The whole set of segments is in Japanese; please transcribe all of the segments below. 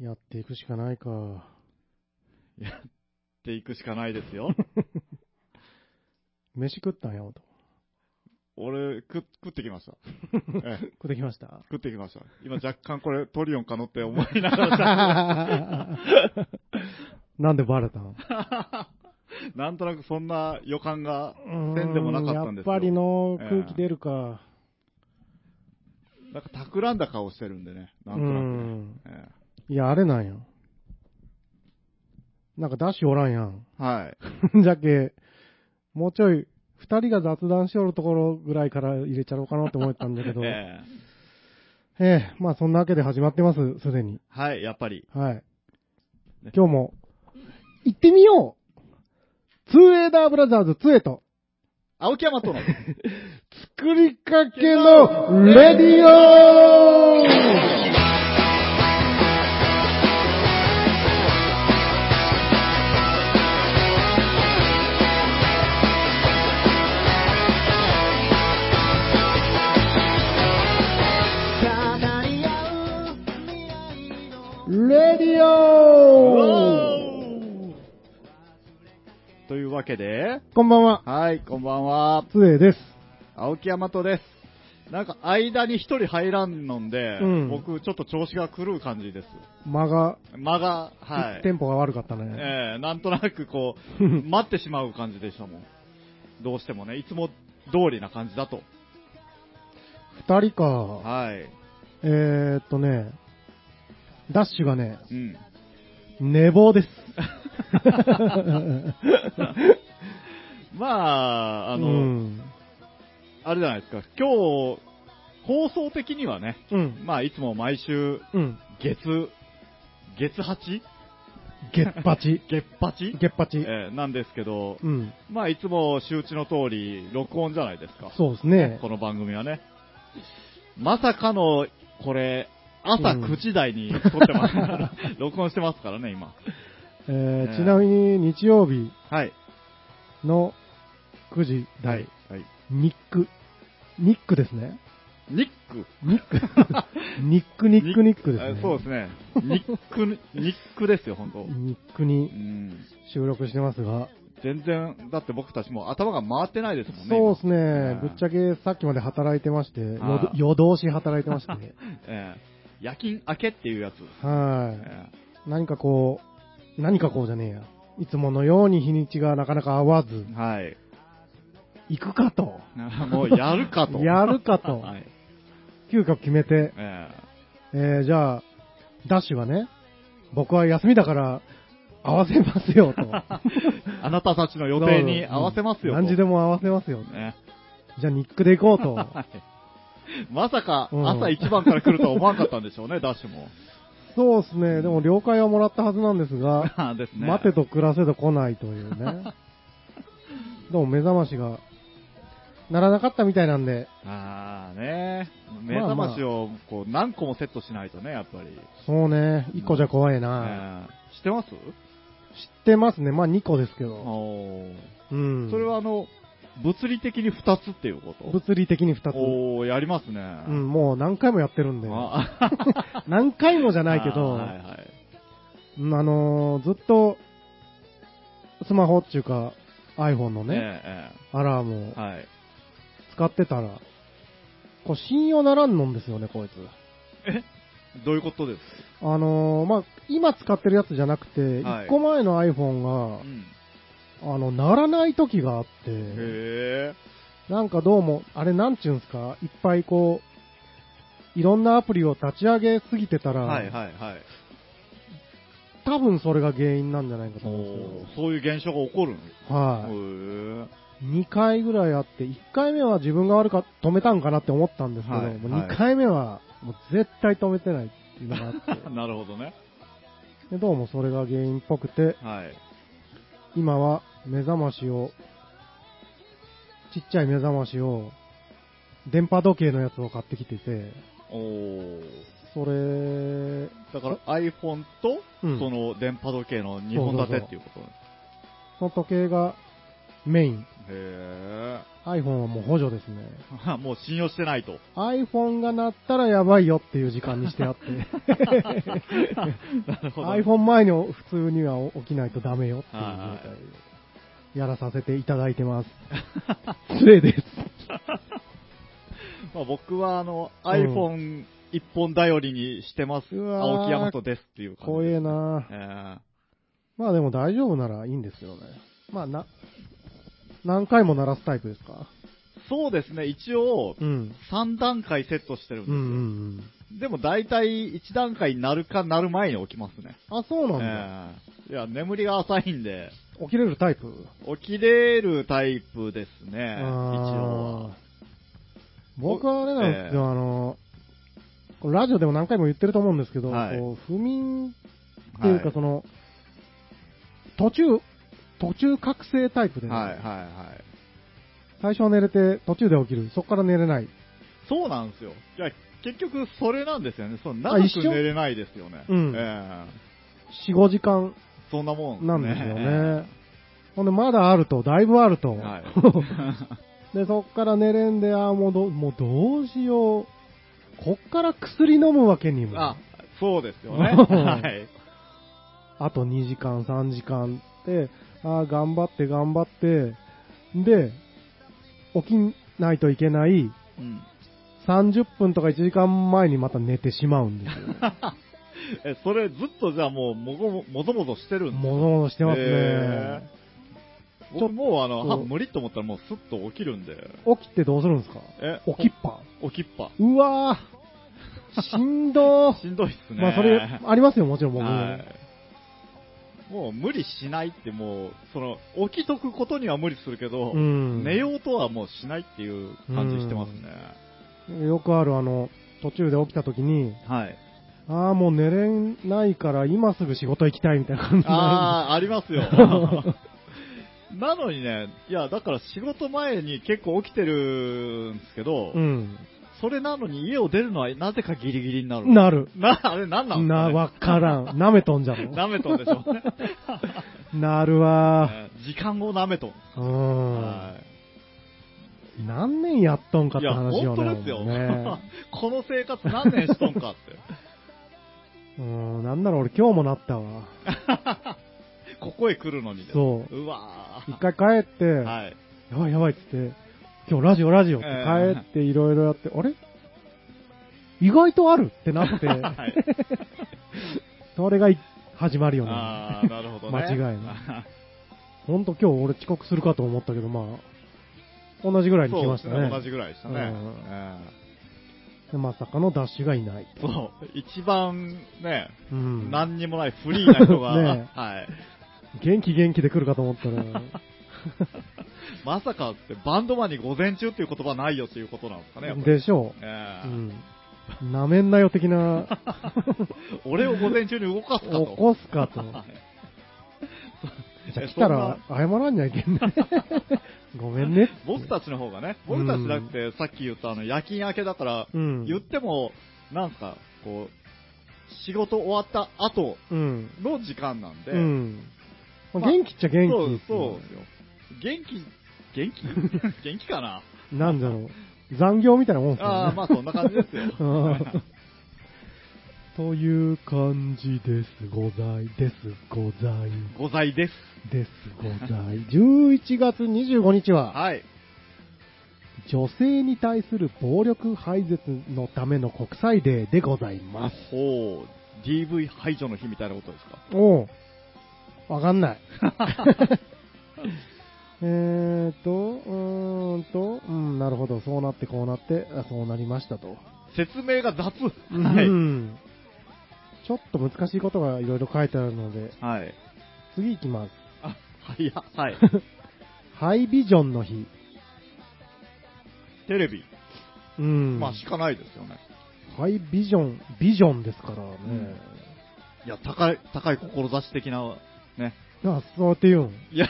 やっていくしかないか。やっていくしかないで すよ。飯食ったんや、と。俺、食食ってきました。ええ食ってきました。 食ってきました。今若干これトリオンかのって思いながら、なんでバレたんなんとなくそんな予感が、せんでもなかったんですよやっぱりの空気出るか。なんか企んだ顔してるんでね、なんとうなく。んえいや、あれなんや。なんかダッシュおらんやん。 えはい。じゃけ、もうちょい、二人が雑談しおるところぐらいから入れちゃろうかなって思ったんだけど、え えええまあそんなわけで始まってます、すでに。はい、やっぱり。はい。ね今日も、行ってみようツーエイダーブラザーズ2へと、青木 山との。作りかけのレディオレディオというわけで、こんばんは、はい、こんばんは。つえです。青木山とです。なんか間に一人入らんのんで、うん僕ちょっと調子が狂う感じです。間が、間が、はい。テンポが悪かったね。ええなんとなくこう、 待ってしまう感じでしたもん。どうしてもね、いつも通りな感じだと。二人か。はい。えーっとね、ダッシュがね、 うん。寝坊です。ま あ、あの、うん。あれじゃないですか、今日、放送的にはね、うん。まあいつも毎週、うん。月、月 8? ゲッパ チ。月 8? ゲッパチ。ええなんですけど、うん。まあいつも周知の通り、録音じゃないですか。そうですね。この番組はね。まさかの、これ、朝うん9時台に撮ってます、録音してますからね、今。えねー、ちなみに日曜日はい。の9時台、。はい。ニック。ニックですね。ニック。ニック。ニックニックニックですあね。そうですね。ニック、ニックですよ、本当ニックうにん。収録してますが、全然、だって僕たちもう頭が回ってないですもんそね。う今ですね、ぶっちゃけさっきまで働いてまして、あよー夜通し働いてま して、ええ夜勤明けっていうやつ。はい、え何かこう、何かこうじゃねえや。いつものように日にちがなかなか合わずえ、はい。行くかと、もうやるかと。やるかと、はい。急遽決めて、ええー、じゃあ、ダッシュはね、僕は休みだから、合わせます よと。えあなたたちの予定に合わせますよと。何時でも合わせますよ。ねじゃあ、ニックで行こうと。 まさかうん朝一番から来るとは思わなかったんでしょうね、ダッシュも。そうですね、でも了解はもらったはずなんですが、ですね。待てと暮らせと来ないというね。 どうも目覚ましが、ならなかったみたいなんで、ああね。目まあ覚まあましをこう何個もセットしないとね、やっぱり。そうね、1個じゃ怖いな。ね知ってます知ってますね、まあ2個ですけど。おーうん。それはあの、物理的に2つっていうこと物理的に2つ。おおやりますね。うん、もう何回もやってるんで。あ何回もじゃないけど、 はいはい。うんあのーずっと、スマホっていうか、iPhone のね、えアラームをえええはい。使ってたら、こう信用ならんのんですよね、こいつ。どういうことですあのーまあ、今使ってるやつじゃなくて、は1い個前の iPhone か、がう、ん、あの、鳴らない時があって、へえ。なんかどうも、あれなんちゅうんすか、いっぱいこう、いろんなアプリを立ち上げすぎてたら、はいはいはい。多分それが原因なんじゃないかとお思うんですおそういう現象が起こるんですけど、はい。へえ。 2回ぐらいあって、1回目は自分が悪か止めたんかなって思ったんですけど、はいもうはい2回目はもう絶対止めてないっていうの があって、なるほどね。でどうもそれが原因っぽくて、はい。今は目覚ましを、ちっちゃい目覚ましを、電波時計のやつを買ってきてて、おお。それ、だから iPhone と、うんその電波時計の2本立てっていうことその時計がメイン。へ iPhone はもう補助ですね。え。 もう信用してないと。 iPhone が鳴ったらやばいよっていう時間にしてあって。なるほど。 iPhone 前に普通には起きないとダメよっていう状はいはい態でやらさせていただいてます。失礼です。まあ、僕はあの、ん iPhone 一本頼りにしてます。うわー青木山とですっていう感じ怖でえす。なえまあでも大丈夫ならいいんですけどね。まあな、何回も鳴らすタイプですかえそうですね、一応、うん。 3段階セットしてるんうんうんですうん。よ。でも大体1段階になるかなる前に起きますね。あ、そうなんだ。ええいや、眠りが浅いんで、起きれるタイプ起きれるタイプですね、一応は。あー僕はあれなんですよ、あの、これラジオでも何回も言ってると思うんですけど、はいこう不眠っていうはかその、途中、途中覚醒タイプで、ねはいはいはい。最初は寝れて途中で起きる、そこから寝れない。そうなんですよ。いや、結局それなんですよね。そのあ長一く緒寝れないですよね。うんえ4、5時間えそんなもん、なんですよね。ほんで、まだあると、だいぶあると。はい で、そっから寝れんで、あーもうど、もうどうしよう。こっから薬飲むわけにも。ああ、そうです よね。はい。と2時間、3時間って、あー頑張って頑張って、で、起きないといけないうん、 30分とか1時間前にまた寝てしまうんですよ。えそれずっとじゃあもうもごも、もぞもぞしてるんですもぞもぞしてますね。へちょ僕もうあの、そうは無理と思ったらもうスッと起きるんで。起きてどうするんですかえ起きっぱ。起きっぱ。うわー、しんどー。しんどいっすね。まあそれ、ありますよ、もちろん僕も。はい、もう無理しないって、もう、その、起きとくことには無理するけど、うん寝ようとはもうしないっていう感じしてますね。よくある、あの、途中で起きた時に、 はい。ああ、もう寝れないから今すぐ仕事行きたいみたいな感じになああ、あ りますよ。なのにね、いや、だから仕事前に結構起きてるんですけど、るんでそれなのに家を出るのはなぜかギリギリになする。うん。なる。な、あれなんなんな、わからん。舐めとんじゃろ。 なめとんでし ょうね。なるわね時間をなめとん。ー。うはいん。何年やっとんかっいてや、話よ本ね。当ですよ。もうねこの生活何年しとんかって。 うん、なんなら俺今日もなった わ。ここへ来るのにです。そううわ一回帰って、ーはい。やばいやばいっつって、今日ラジオラジオって帰っていろいろやって、あれ意外とあるってな って、はい。それがい始まるよね。ああ、なるほどね。間違いなほんと今日俺遅刻するかと思ったけど、まあ、同じぐらいに来そうまでしすたね。ね。同じぐらいでしたね。うんえでまさかのダッシュがいない。えそう。一番ね、うん。何にもないフリーな人が、ねはい。元気元気で来るかと思ったら、まさかって、バンドマンに午前中っていう言葉ないよっていうことなんですかね、やっぱりでしょえう。うえん。なめんなよ的 な、俺を午前中に動かす起かと。こす かと。はいじゃあ来たら謝らんにゃいけ んね。ごめんね。僕たちの方がね、僕たちだってさっき言ったあの夜勤明けだから、うん。言っても、なんすか、こう、仕事終わった後うん。の時間なんで、うん。まあまあ元気っちゃ元気。そうそうですよ。元気、元気 元気かななんだろう。残業みたいなもんですよね。。ああ、まあそんな感じですよ うんという感じです、ござい、です、ござい、ございです。です、ござい。11月25日は、はい。女性に対する暴力廃絶のための国際デーでございます。ほう、DV 排除の日みたいなことですか。おうわかん ない。えーと、うーんと、うん、なるほど、そうなってこうなって、あそうなりましたと。説明が雑。うはんちょっと難しいことがいろいろ書いてあるので、い。はい。次行き ます。あ、はいや、はい。ハイビジョンの日。テレビ。うんまあしかないですよね。ハイビジョン、ビジョンですからね。んいや、高い、高い志的な、ね。あ、そうやって言 うん。いや、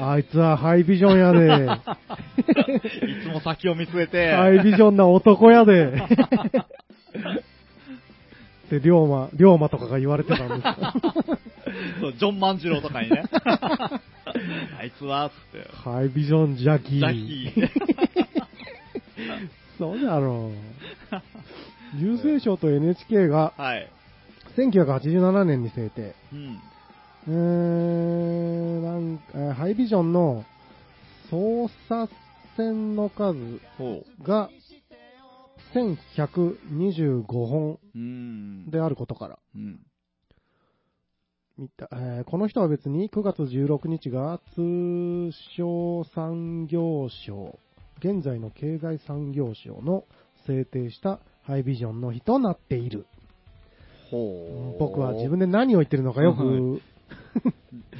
あいつはハイビジョンや で。いつも先を見据えて、ハイビジョンな男やで。 って、龍馬、龍馬とかが言われてたんです そうジョン万次郎とかにね。あいつは、つって。ハイビジョンジャキー。ジャキー。そうだろう。郵政省と NHK がはい。 1987年に制定。うん。うーん、なんか、えーハイビジョンの操作線の数ほが1125本う。うん。であることから。うん。見たえーこの人は別に9月16日が通商産業省、現在の経済産業省の制定したハイビジョンの日となっている。ほう。僕は自分で何を言ってるのかよく、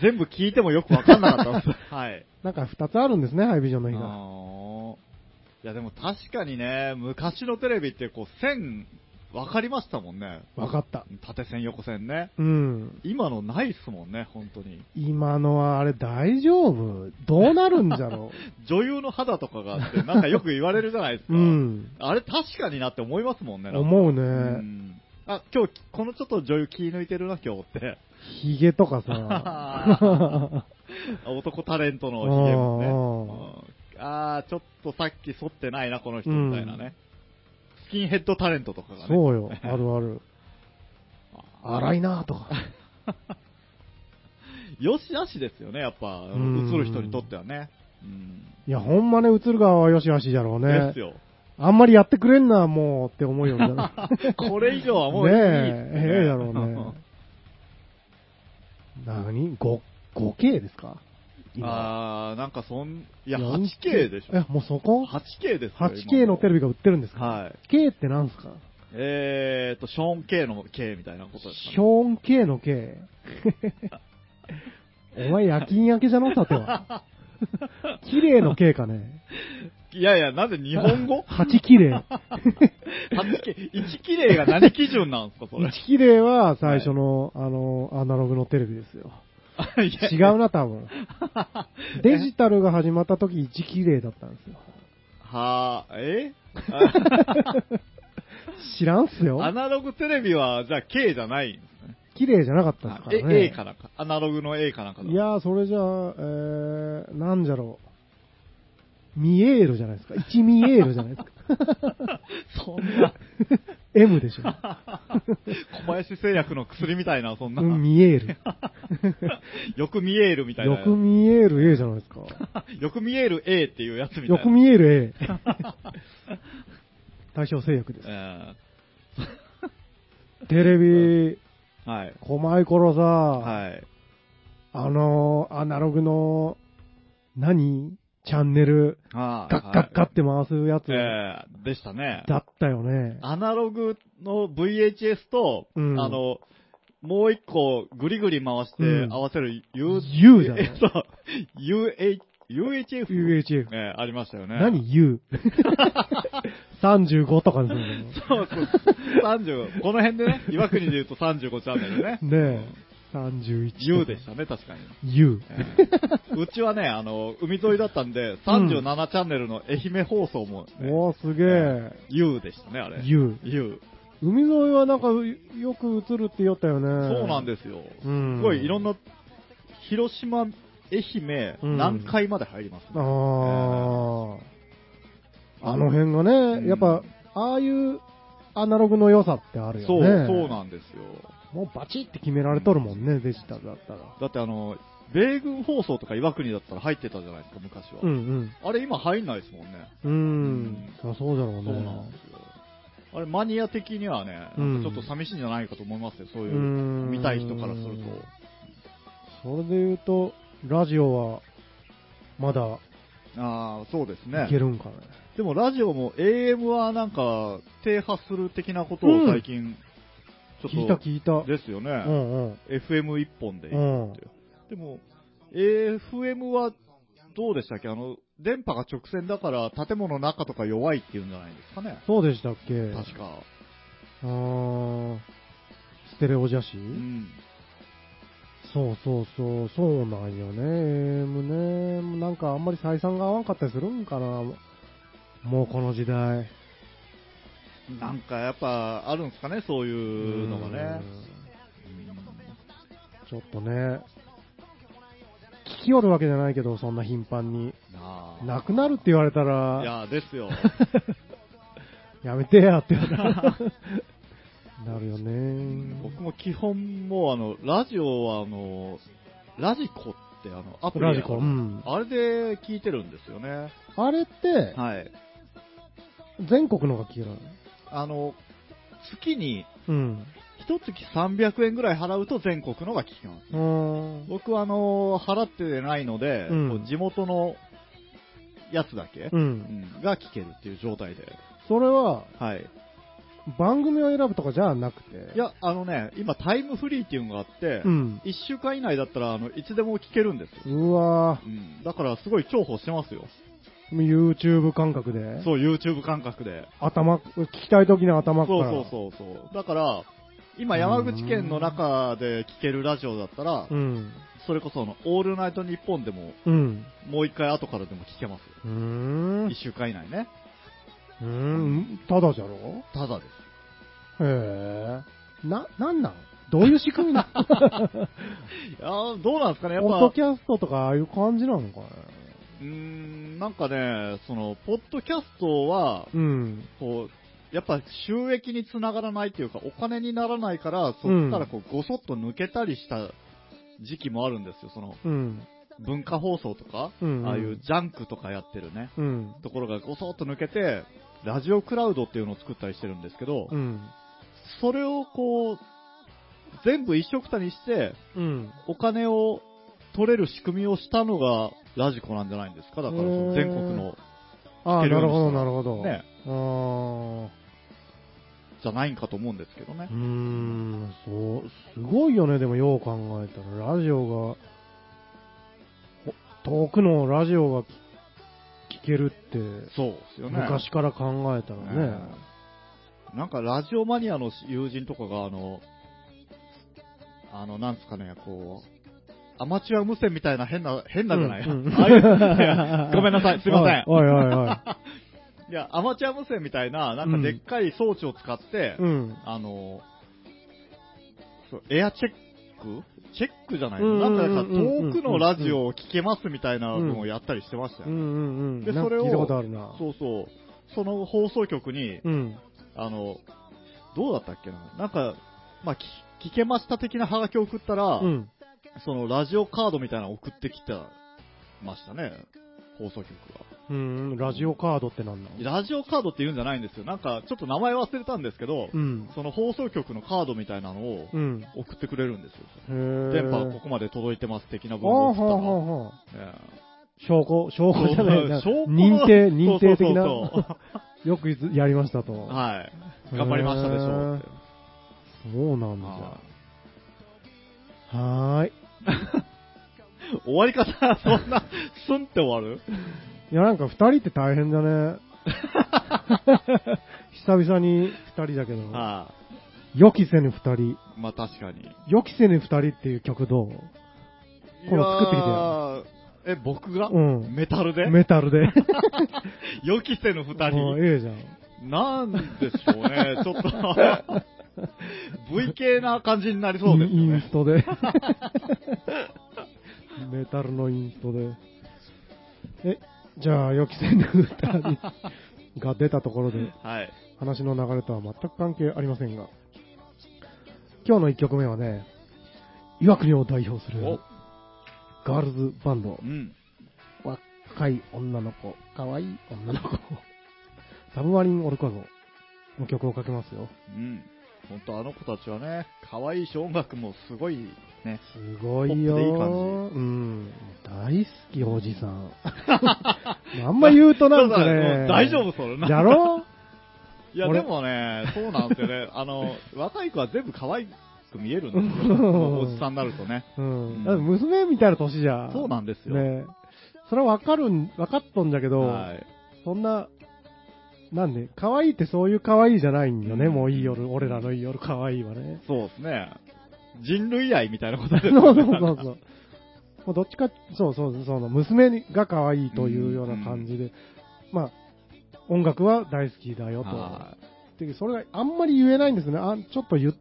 全部聞いてもよくわかんなかったんです はい。なんか2つあるんですね、ハイビジョンの日が。あーいやでも確かにね、昔のテレビってこう線、わかりましたもんね。わかった。縦線、横線ね。うん。今のないっすもんね、本当に。今のはあれ大丈夫どうなるんじゃろ 女優の肌とかがあって、なんかよく言われるじゃないです か。う。うん。あれ確かになって思いますもんね、なんか思ううね。んあ、今日、このちょっと女優気抜いてるな、今日 って。ヒゲとかさ。あ男タレントのヒゲもね。うんあー、ちょっとさっき剃ってないな、この人みたいなね。スキンヘッドタレントとかがね。そうよ。あるある。 荒いなとか。よしあしですよね、やっぱ、映んる人にとってはね。うん。いや、ほんまね、映る側はよしよしじゃろうねで す。よ。あんまりやってくれんな、もうって思うようにな る。これ以上はもういねいっつえって、ええだろうね何 ?5、5K ですか今 あー、なんかそん、いや、8K でしょ。え、もうそこ 8K ですよ。 8K のテレビが売ってるんですかはい。 K ってなんですかえーと、ショーン K の K みたいなことですシかね。ョーン K の K。お前夜勤明けじゃのさては。綺麗の K かね。いやいや、なぜ日本語 ?8 綺麗。 ?8K、1綺麗が何基準なんですか、それ1。綺麗は最初の、あの、アナログのテレビですよ。違う。うな、多 分。デジタルが始まった時、1綺麗だったんですよ。はぁ、え知らんっすよ。アナログテレビは、じゃあ K じゃないんですね。綺麗じゃなかったですからね。え A かなんか。アナログの A かなんかだいやー、それじゃあ、えー、なんじゃろう。ミエールじゃないですか。1ミエールじゃないですか。 そん な、 M でしょ。小林製薬の薬みたいな、そんな。うん、ミエール。よく見えるみたいな。よく見える A じゃないですか。 よく見える A っていうやつみたいな。よく見える A。対象制約です。えテレビ、ーはい。細い頃さ、はい。あのーアナログの、何チャンネル、ガガッガッガッて回すやつ、えーでしたね。だったよね。アナログの VHS と、うんあの、もう一個ぐりぐり回しうてん合わせる U、 U だえ ねっ。と、UH、UHF? UHF。えーありましたよね。何 ?U?35 とかですよね。そうそう。30、この辺でね、 岩国で言うと35チャンネルね。ねえ。31とか。 U でしたね、確かに。 U。えーうちはね、あの、海沿いだったんで、37チャンネルの愛媛放送も、ねおー、すげえ。 U でしたね、あれ。 U。 U。海沿いはなんかよく映るって言ったよね。そうなんですよ。うんすごいいろんな、広島、愛媛、うん南海まで入りますあね。ーあの辺がね、うんやっぱ、ああいうアナログの良さってあるよね。そう、そうなんですよ。もうバチって決められとるもんね、デジタルだったら。だってあの、米軍放送とか岩国だったら入ってたじゃないですか、昔は。うんあれ今入んないですもんね。うん。うん。あそうだろうね。そうなんですよ。あれ、マニア的にはね、うんなんかちょっと寂しいんじゃないかと思いますよ、そういうう、ん見たい人からすると。それで言うと、ラジオは、まだ、ああ、そうですいけね。るんかね。でもラジオも AM はなんか、停波する的なことを最近、ち聞いょたっと、聞いた。うですよね。んうん。 FM 一本でいいって、うんでも、FM はどうでしたっけあの、電波が直線だから建物の中とか弱いっていうんじゃないですかね。そうでしたっけ確か。あーステレオ邪視、うん。そうそうそう、そうなんよね。AM ね。なんかあんまり採算が合わんかったりするんかな。もうこの時代。なんかやっぱあるんですかね、そういうのがね。うんちょっとね、来よるわけじゃないけど、そんな頻繁に。なあなくなるって言われたいら、や、ですよ。やめてやって言われ たらなるよね。僕も基本もうあの、ラジオはあの、ラジコってあの、アプリやラジコうんあれで聞いてるんですよね。あれって、はい。全国のが消えるのあの、月に、うん。一月300円ぐらい払うと全国のが聞きます。うーん。僕はあの、払ってないので、うんこう地元のやつだけ、う。うんんが聞けるっていう状態で。それは、はい。番組を選ぶとかじゃなくて。い、や、あのね、今タイムフリーっていうのがあって、うん。 1週間以内だったら、あの、いつでも聞けるんですよ。うわうん。だからすごい重宝してますよ。ぁ、YouTube 感覚で。そう、YouTube 感覚で。頭、聞きたい時の頭かそうら。そうそうそう。だから、今山口県の中で聞けるラジオだったら、うん。それこそあの、オールナイトニッポンでも、うん。もう一回後からでも聞けますうーん よ。1。週間以内ね。うーん。ただじゃろただです。へえ。な、なんなんどういう仕組みなのいやーどうなんですかね、やっポッドぱ、キャストとかああいう感じなのかね。うーん、なんかね、その、ポッドキャストは、うん。こう、やっぱ収益につながらないというか、お金にならないから、そこからこう、ごそっと抜けたりした時期もあるんですよ。その、うん。文化放送とか、うんああいうジャンクとかやってるね、うん。ところがごそっと抜けて、ラジオクラウドっていうのを作ったりしてるんですけど、うん。それをこう、全部一緒くたにして、うん。お金を取れる仕組みをしたのがラジコなんじゃないんですかだからその全国の、あ聞あ、けるよなるうにしたほど、なるほど。ね、あーじゃないんかと思うんですけどねうー。ん、そう、すごいよね、でもよう考えたら、ラジオが、ほ遠くのラジオが聞聞けるって、そうですよね。昔から考えたねらね。なんかラジオマニアの友人とかが、あの、あの、なんですかね、こう、アマチュア無線みたいな変な、変なじゃない、うんうん ああいういやご めんなさい、すいません。おいおいおいおい。いや、アマチュア無線みたいな、なんかでっかい装置を使って、 うん。あの、そうエアチェックチェックじゃないうんのうなんんうかんさ、うん遠くのラジオを聞けますみたいなのをやったりしてましたうよんうね。んうん。でなんかそれを聞いたことあるな。そうそう。その放送局に、うん。あの、どうだったっけな、なんか、まあ、聞聞けました的なハガキを送ったら、うん。そのラジオカードみたいなの送ってきてましたね、放送局は。うん、ラジオカードってなんなのラジオカードって言うんじゃないんですよ、なんかちょっと名前忘れたんですけど、うん。その放送局のカードみたいなのをうん。送ってくれるんですよ。へー電波ここまで届いてます的なあ文あ、をはあ、送っはあ、はあ。たら。証拠、証 拠じゃないな。証拠認定、認定的な。そうそうそうよくいつやりましたと。そうはい。頑張りましたでしょうって。そうなんだ。あはーい。ー終わり方、そんな、スンって終わるいや、なんか二人って大変だ ね。久々に二人だけど、はい。予期せぬ二人。まあ確かに。予期せぬ二人っていう曲どう今度作ってきててよ。え、僕が、うんメタルでメタルで。予期せぬ二もう人。ええじゃん。なんでしょう ね。ちょっと あれ、V 系な感じになりそうですよインインねス。ト で。メタルのインストで。え、じゃあ予期せぬ二人が出たところで。はい。話の流れとは全く関係ありませんが、今日の1曲目はね、岩国を代表するお、ガールズバンドう、ん。若い女の子、可愛い女の 子、サブマリンオルカゴの曲をかけますよ。うん。ほんとあの子たちはね、可愛いし音楽もすごいね。すごいポップよでいい感ー。うん。大好き、おじさん。 あんま言うとなんかね。大丈夫それ。だ ろいや俺でもね、そうなんですよ ね。あの、若い子は全部可愛く見えるんですうよ。んおじさんになるとね。うん。だって娘みたいな年じゃん。そうなんですよ。ねそれはわかるん、わかっとんだけど、はい。そんな、なんで、可愛いってそういう可愛いじゃないんよね、うんもういい夜、俺らのいい夜可愛いはね。そうですね。人類愛みたいなことですそようねそうそうそう。もうどっちか、そうそう、その、娘が可愛いというような感じで、まあ、音楽は大好きだよと。はいでそれがあんまり言えないんですね。あ、ちょっと言っ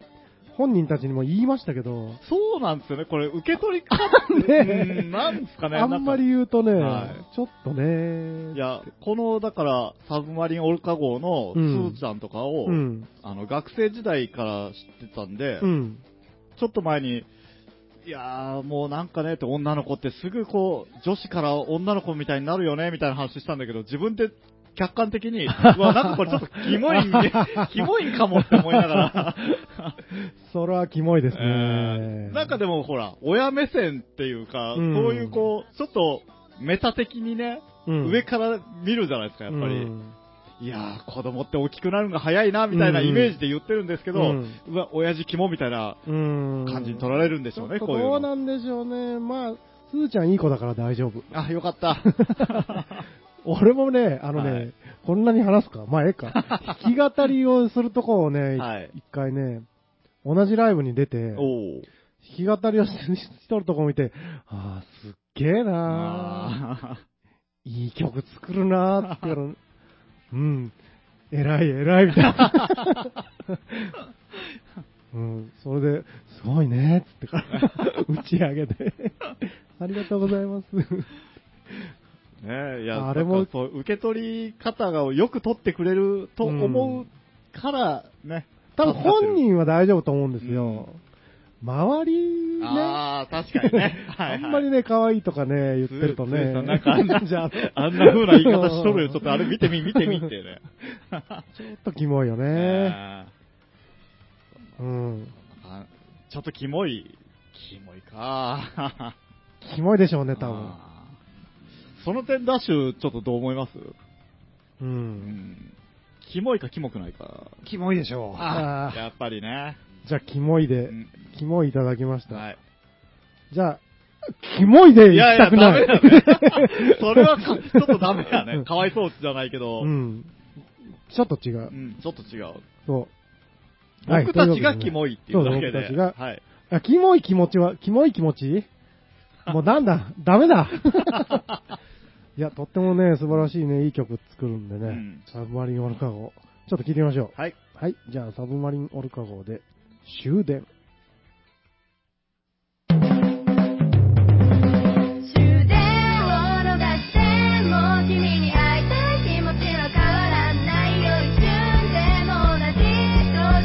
本人たちにも言いましたけ ど、そうなんですよね、これ、受け取り方ねうんなんですかね、あんまり言うとね、はいちょっとなんか。ね、いや、この、だから、サブマリンオルカ号の、うんスーちゃんとかを、うん、あの、学生時代から知ってたんで、うん、ちょっと前に、いやー、もうなんかね、って女の子ってすぐこう、女子から女の子みたいになるよね、みたいな話したんだけど、自分で客観的 に、うわ、なんかこれちょっとキモいんで、キモいんかもって思いなが ら、それはキモいですね。えーなんかでもほら、親目線っていうか、うんそういうこう、ちょっと、メタ的にね、うん、上から見るじゃないですか、やっぱり。うんいやー、子供って大きくなるのが早いな、みたいなイメージで言ってるんですけど、ううんわ、親父肝みたいなうん感じに取られるんでしょうね、ちょっことういうどうなの。んでしょうね。まあ、すーちゃんいい子だから大丈夫。あ、よかった。俺もね、あのね、はいこんなに話すか、まあええ か。弾き語りをするとこをね、一、はい回ね、同じライブに出て、おお。弾き語りをししとるとこ見て、ああ、すっげえなあーいい曲作るなーっていうの、うん、偉い偉いみたいな。うん、それで、すごいねーっつってから、打ち上げて、 ありがとうございます。ーねえ、いや、ああれれもも、そう受け取り方がよく取ってくれると思うから、ね。多分本人は大丈夫と思うんですうよん。周りね、ああ、確かにね。 はい、あはい。んまりね、可愛いとかね、言ってるとついついねさ、なんかあんな じゃあ、ちあんな風な言い方しとるよ。ちょっとあれ見てみ、見てみっ てね。ょっとキモいよ ね。ねうん。あちょっとキモい。キモいか。キモいでしょうね、多分。あーその点、ダッシュ、ちょっとどう思いますう。うんん。キモいかキモくないか。キモいでしょあーやっぱりね。じゃあ、キモいうで、んキモいいただきました。はい。じゃあ、キモいで行いやきたいや、くダない。メだね。 それはか、ちょっとダメだね。かわいそうじゃないけど、ううん、ん。ちょっと違う。ちょっと違う。そう。はい僕たとちいうわがけでねキモいっていうそだけう僕で。たちがはい。あ、キモい気持ちは、キモい気持ちもうなん だ、ダメだいや、とってもね、素晴らしいね、いい曲作るんでね、うんサブマリンオルカ号、ちょっと聞いてみましょう。 はい。はい、じゃあサブマリンオルカ号で終電。終電を逃しても君に会いたい気持ちは変わらないよ一瞬でも同じ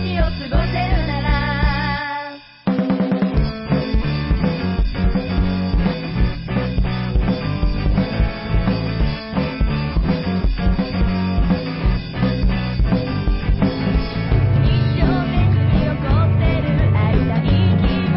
時を過ごせるなら一生懸命に残ってる愛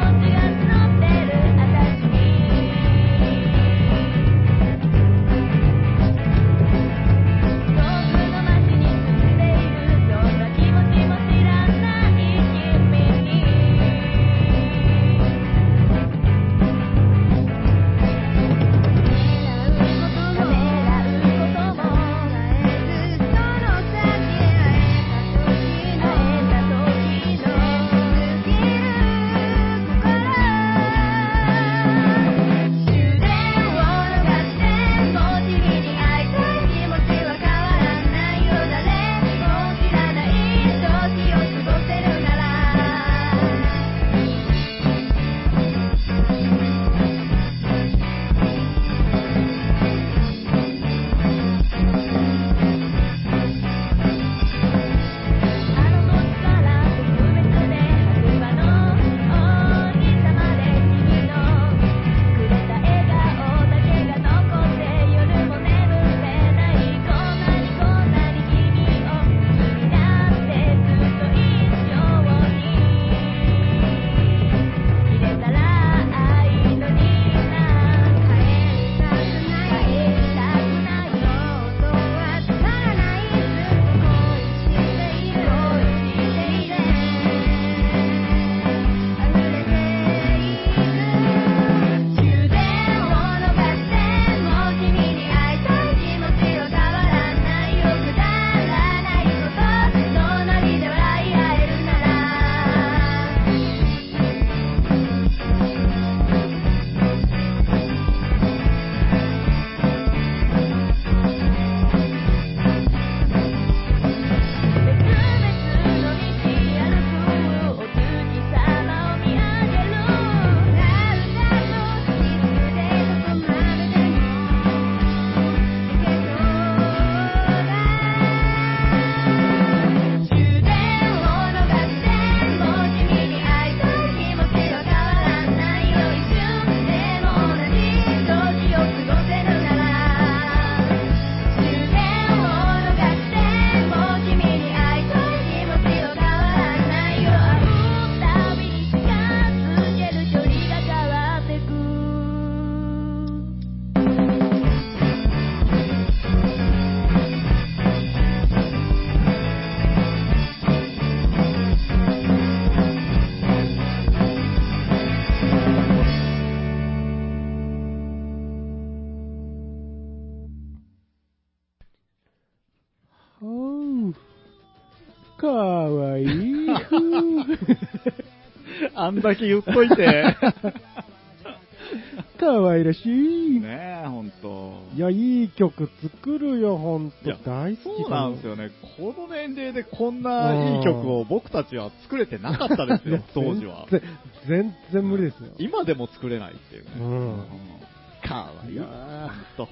あんだけ言っといて。かわいらしい。 ねえ、ほんと。いや、いい曲作るよ、ほんいとや。大好きそうなんですよね。この年齢でこんないい曲を僕たちは作れてなかったですいやよ、当時は。全然、全然無理ですよ。今でも作れないっていうね。うんうんかわいい。いやほんほと。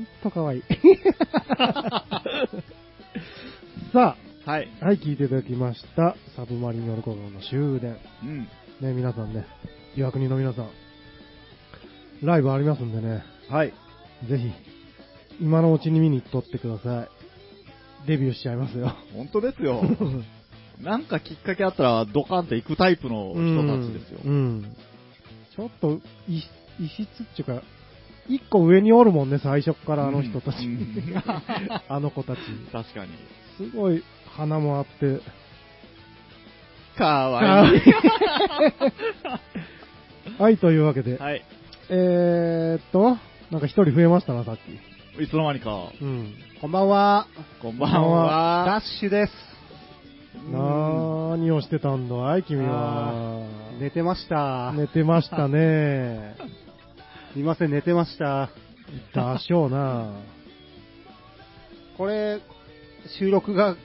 んとかわ いい。さはい。あ、はい、聞いていただきました。サブマリン夜行号の終電。うん。ね、皆さんね、岩国の皆さん、ライブありますんでね、はい。ぜひ、今のうちに見に行っとってください。デビューしちゃいますよ。本当で すよ。なんかきっかけあったらドカンって行くタイプの人たちですよ。うんうんちょっと異異質っていうか、一個上におるもんね、最初っからあの人たち。うん あの子たち。確かに。すごい鼻もあって、かわいい。 はい、というわけで、はい。えーっと、なんか一人増えましたな、さっき。いつの間にか。うん。こんばんは。こんばんは。ダッシュです。なーにをしてたんだい、君は。寝てました。寝てました ね。すいません、寝てました。だしょうな。これ、収録が、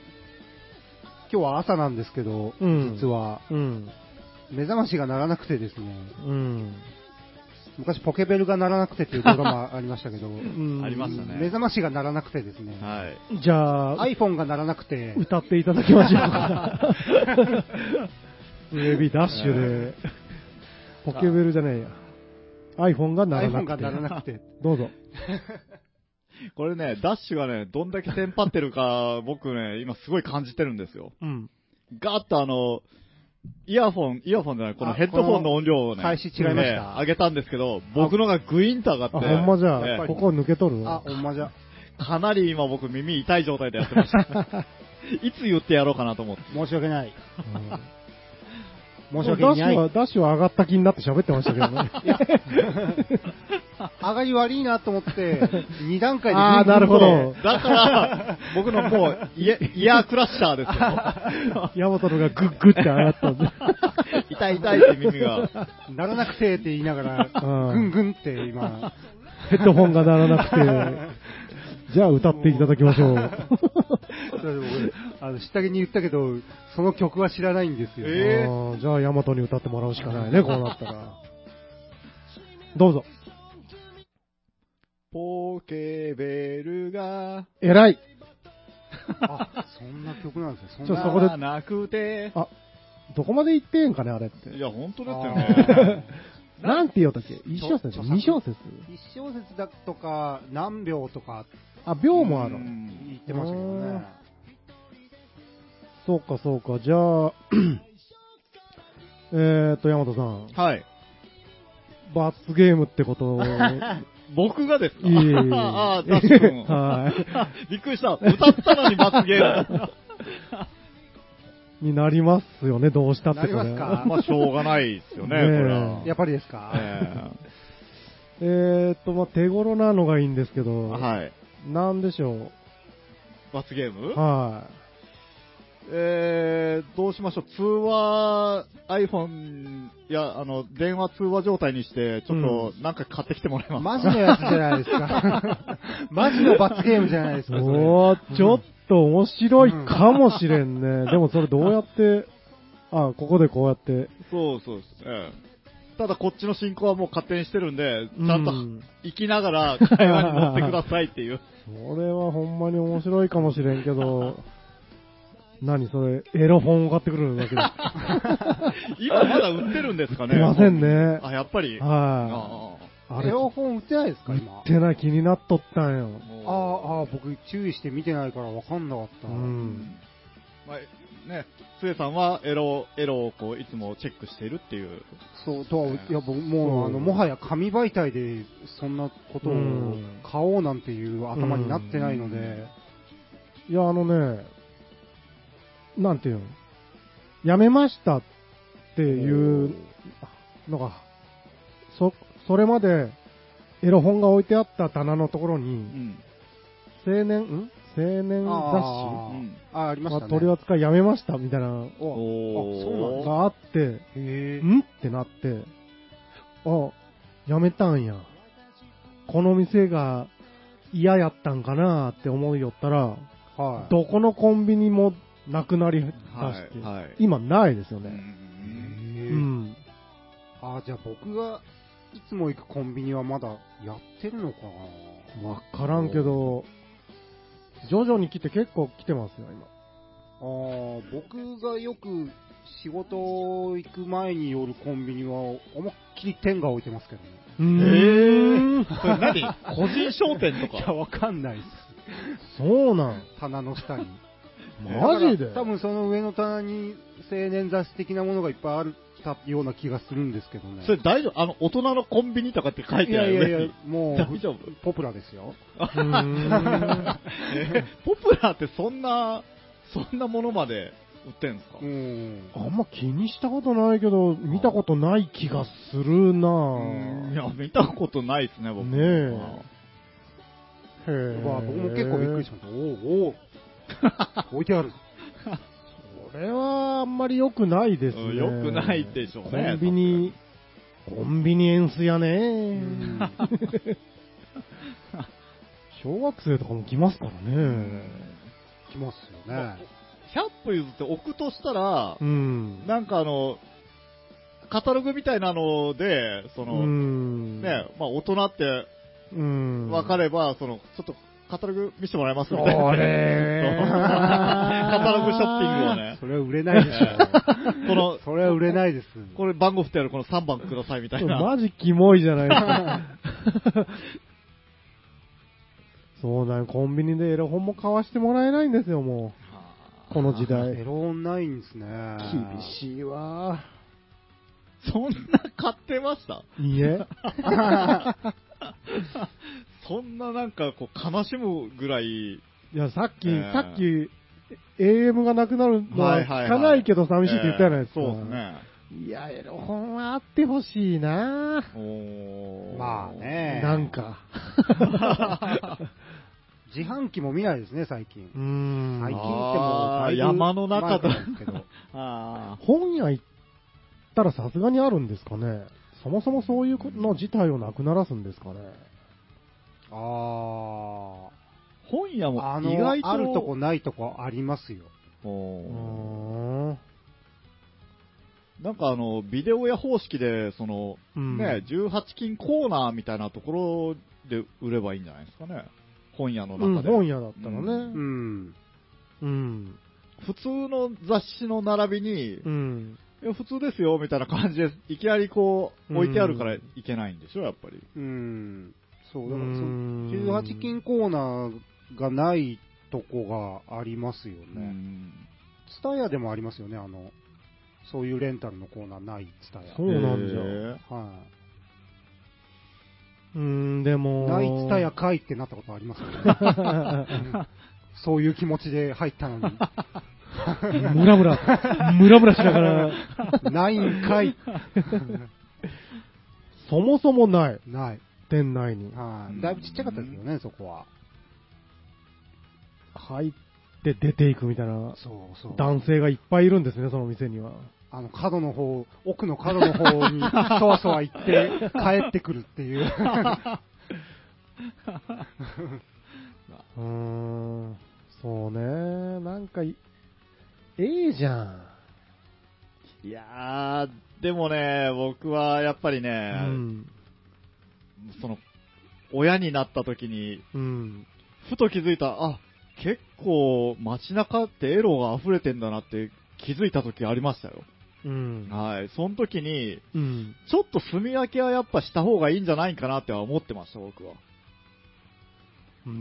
今日は朝なんですけど、うん実は、うん。目覚ましが鳴らなくてですね、うん。昔ポケベルが鳴らなくてっていうドラマありましたけど、うんありましたね目覚ましが鳴らなくてですね、はい。じゃあ、 iPhone が鳴らなくて、歌っていただきましょうか。 ウェビーダッシュで、ポケベルじゃないや。iPhone が鳴ら iPhone なくがて鳴。ら なくて、どうぞ。これね、ダッシュがね、どんだけテンパってるか、僕ね、今すごい感じてるんですよ。うん。ガーッとあの、イヤホン、イヤホンじゃない、このヘッドホンの音量をね、開始違いましたえー上げたんですけど、僕のがグインと上がっあ、て、ほんまじえゃーあ、ここ抜けとるあ、わ。ほんまじゃ、かなり今僕耳痛い状態でやっ てました。いつ言ってやろうかなと思って。申し訳なうい。ん申し訳なダッシいュ。は、ダッシュは上がった気になって喋ってましたけどね。 上がり悪いなと思って、2 段階で。あーなるほどだから、僕のもう、イヤイヤークラッシャーですよ。ヤマトのがグッグって上がったんで。 痛い痛いって耳が。ならなくてって言いながら、うぐんんぐんって今、ヘッドホンが鳴らなくて。じゃあ歌っていただきましょう。それ俺 あの、下着に言ったけど、その曲は知らないんですよ。えーあーじゃあヤマトに歌ってもらうしかないね、こうなったら。どうぞ。ポケベルが、偉い。あ、そんな曲なんですね。ちょっそんなとそこでななくて、あ、どこまで行ってんかね、あれって。いや、本当ですよね。なんて言おうとして、一小節著、作二小節。一小節だとか、何秒とかあ、秒もあるう。ん言ってましたけどね。そうか、そうか。じゃあ、 えーっと、ヤマトさん、はい。罰ゲームってことをい僕がですかえいえいえああ、ダッシュ君。 はびっくりした。歌ったのに罰ゲーム。い。になりますよね、どうしたってこれ。なりますか まあ、しょうがないですよね、こねえれは。やっぱりですか、ええーっと、まあ、手頃なのがいいんですけえど、はい。なんでしょ罰ゲームう。はえー、どうしましょう。通話、iPhone や、あの、電話通話状態にして、ちょっと、なんか買ってきてもらえますマジのやつじゃないです か。マジの罰ゲームじゃないですい。か。おおちょっと面白いかもしれんね。でもそれどうやって、あ、ここでこうやって。そうそうです。ええただこっちの進行はもう勝手にしてるんで、ちゃんとうん行きながら会話に乗ってくださいって いう。それはほんまに面白いかもしれんけど、何それ、エロ本を買ってくるわけで 今まだ売ってるんですかね売ってませんねあ、やっぱり。す。あはあい。そあれ。れ、エロ売本売ってないですか、今。ってない気になっとったんよ。ああ、ああ、僕注意して見てないから分かんなかった。うん。まあ、ね、つえさんはエロ、エロをこう、いつもチェックしてるっていう。そう、とは、いや、僕、そうもう、あの、もはや紙媒体で、そんなことをうん買おうなんていう頭になってないので、いや、あのね、なんていうの、やめましたっていうのが、そ、それまで、エロ本が置いてあった棚のところうに、ん。青年、ん青年あ雑ーうんあー、あり誌、まましあたね。取り扱いやめましたみたいなのおおーあ、そうなんだ。があって、へえ。んってなって、あ、やめたんや。この店が嫌やったんかなって思いよったら、はい。どこのコンビニもなくなりだして、はいはい今ないですようね。へんうえ。ん。あー、じゃあ僕がいつも行くコンビニはまだやってるのかなわからんけど、徐々に来て結構来てますよ、今。あー僕がよく仕事行く前に寄るコンビニは思いっきり天が置いてますけどね。うえーんー、それ 何個人商店といや、かわかんないです。そうなん。棚の下に。マジだでから多分その上の棚に青年雑誌的なものがいっぱいあったような気がするんですけどね。それ大丈夫あの、大人のコンビニとかって書いいてあやるいよやね。いや、も 大丈夫う、ポプラですよ。うーんえポプラってそんな、そんなものまで売ってんすか、うん。あんま気にしたことないけど、見たことない気がするなぁいや、見たことないですね、僕。ねえへうぇわ僕も結構びっくりしました。おお おお置いてある。これはあんまり良くないですうね。ん良くないでしょうコねンビニ、コンビニエンスやねん。小学生とかも来ますからね。きますよね。 100歩譲って置くとしたらう、ん。なんかあの、カタログみたいなので、その、うん。ね、まあ大人ってうん。分かれば、その、ちょっとカタログ見せてもらえますそみたいな。れそう カタログショッピングを ね、それは売れないでしょ。このそれは売れないです。これ番号振ってあるこの3番くださいみたいな。マジキモいじゃないです か。そうなんコンビニでエロ本も買わしてもらえないんですよ、もう。この時代。エロオンないんですね。厳しいわ そんな買ってましたいいえ。そんななんかこう悲しむぐらい、いや、さっき、えーさっき、AM がなくなるのははい聞はいはいかないけど寂しいって言ったじゃないですか。ええそうですね。いや、エロ本はあってほしいなおーまあ。ね。なん。 か。自販機も見ないですね、最近。うーん。最近ってはもうだいぶあー山の中だ前からですけど。ああ。本屋行ったらさすがにあるんですかね。そもそもそういうの自体をなくならすんですかね。あ本屋もあ。あ意外と。の、あるとこないとこありますよ。うーおん。ーなんかあの、ビデオ屋方式で、その、うんね、18金コーナーみたいなところで売ればいいんじゃないですかね。本屋のうん、中で。本屋だったらね。ううん。ん。うん。普通の雑誌の並びに、うん。いや普通ですよ、みたいな感じで、いきなりこう、置いてあるからいけないんでしょ、やっぱり。うん。そう、だからうそん18金コーナーがないとこがありますようね。んツタヤでもありますよね、あの、そういうレンタルのコーナーないツタヤ。そうなんじゃへはうーん、でい。も。ないツタヤかいってなったことありますよねうんそういう気持ちで入ったのに。 ムラムラ、ムラムラしながら、ないんかい。そもそもない、ない。店内に。はい。だいぶちっちゃかったですよね、そこは。入って出ていくみたいな、そうそう。男性がいっぱいいるんですね、その店には。あの、角の方、奥の角の 方に、そわそわ行って、帰ってくるっていう。うーん、そうね、なんかい、ええじゃん。えいやー、でもね、僕はやっぱりね、うん。その、親になった時に、うん。ふと気づいた、あ、結構街中ってエロが溢れてんだなって気づいた時ありましたよ。うん。はい。その時に、うん。ちょっと住み分けはやっぱした方がいいんじゃないかなっては思ってました、僕は。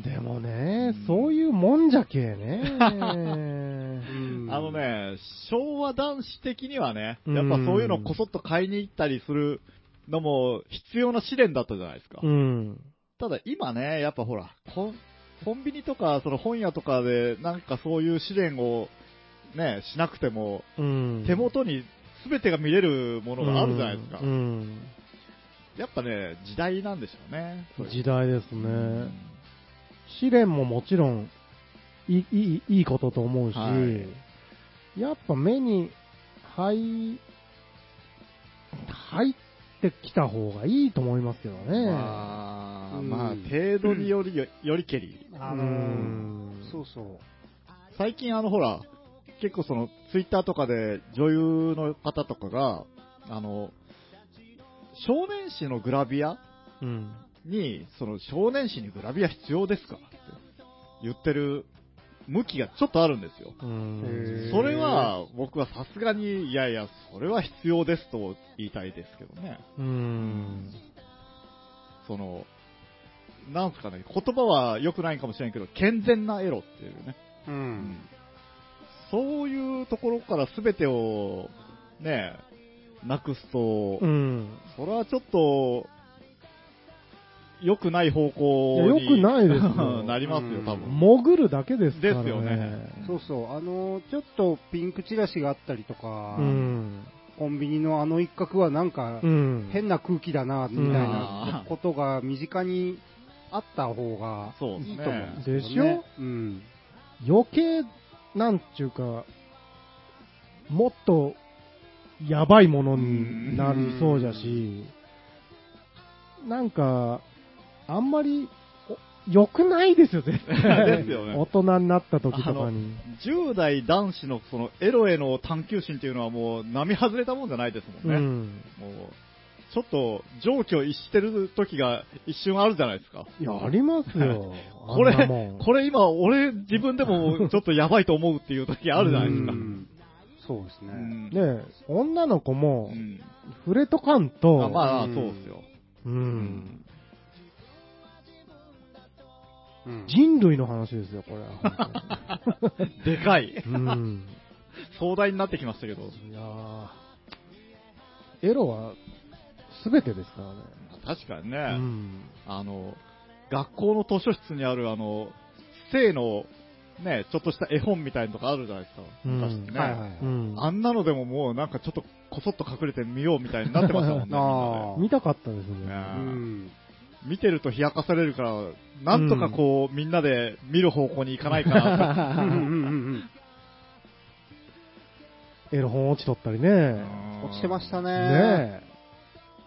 でもねうん、そういうもんじゃけえね。ああの、ね、昭和男子的にはね、うんやっぱそういうのこそっと買いに行ったりするのも必要な試練だったじゃないですか。うん。ただ今ね、やっぱほら、コンコンビニとかその本屋とかでなんかそういう試練をね、しなくても、うん。手元に全てが見れるものがあるじゃないですか。うん。やっぱね、時代なんでしょうね。うん時代ですうねん。試練ももちろんいいいいいいことと思うし、はいやっぱ目に入入ってきた方がいいと思いますけどね。まあ、うんまあ、程度により、よよりけり。あうのんそうそう。最近あの、ほら、結構その、ツイッターとかで女優の方とかが、あの、少年誌のグラビアうんに、その少年誌にグラビア必要ですかって言ってる向きがちょっとあるんですよ。うんへーそれは僕はさすがに、いやいや、それは必要ですと言いたいですけどね。うんその、なんすかね、言葉は良くないかもしれんけど、健全なエロっていうね。う。うんそういうところから全てを、ね、なくすと、うんそれはちょっと、良くない方向いやに良くないですよ なりますよ、多分。潜るだけですからね。ですよねそうそう。あのーちょっとピンクチラシがあったりとか、うん。コンビニのあの一角はなんか、うん。変な空気だな、みたいなうんことが身近にあった方がそうですねいいと思うんですよね。でしょうん。余計、なんちゅうか、もっと、やばいものになりそうじゃし、なんか、あんまり、お良くないですよ、絶 で対。すよね大。人になった時とかに。 10代男子のそのエロへの探求心っていうのはもう並外れたもんじゃないですもうんね。ん。もうちょっと上気を逸してる時が一瞬あるじゃないですか。いや、ありますよ。 これあんなもん、これ今俺自分でもちょっとやばいと思うっていう時あるじゃないですか。ううんんそうですね。ねえ女の子うも、ん触れとかんまあと、まあ、うんそうですよ。う。うんうん人類の話ですよ、これは。でかい。うん。 壮大になってきましたけど。いやーエロは全てですからね。確かにね、うん。あの、学校の図書室にあるあの、性の、ね、ちょっとした絵本みたいなのとかあるじゃないですか。うん昔ってね。はいはい。うんあんなのでももうなんかちょっとこそっと隠れてみようみたいになってましたもんね。 あ見たかったですね。ねうん見てると冷やかされるから、なんとかこう、みんなで見る方向に行かないかなうんうん うん エロ本落ちとったり とね。うん落ちてましたね。ね。ねえ。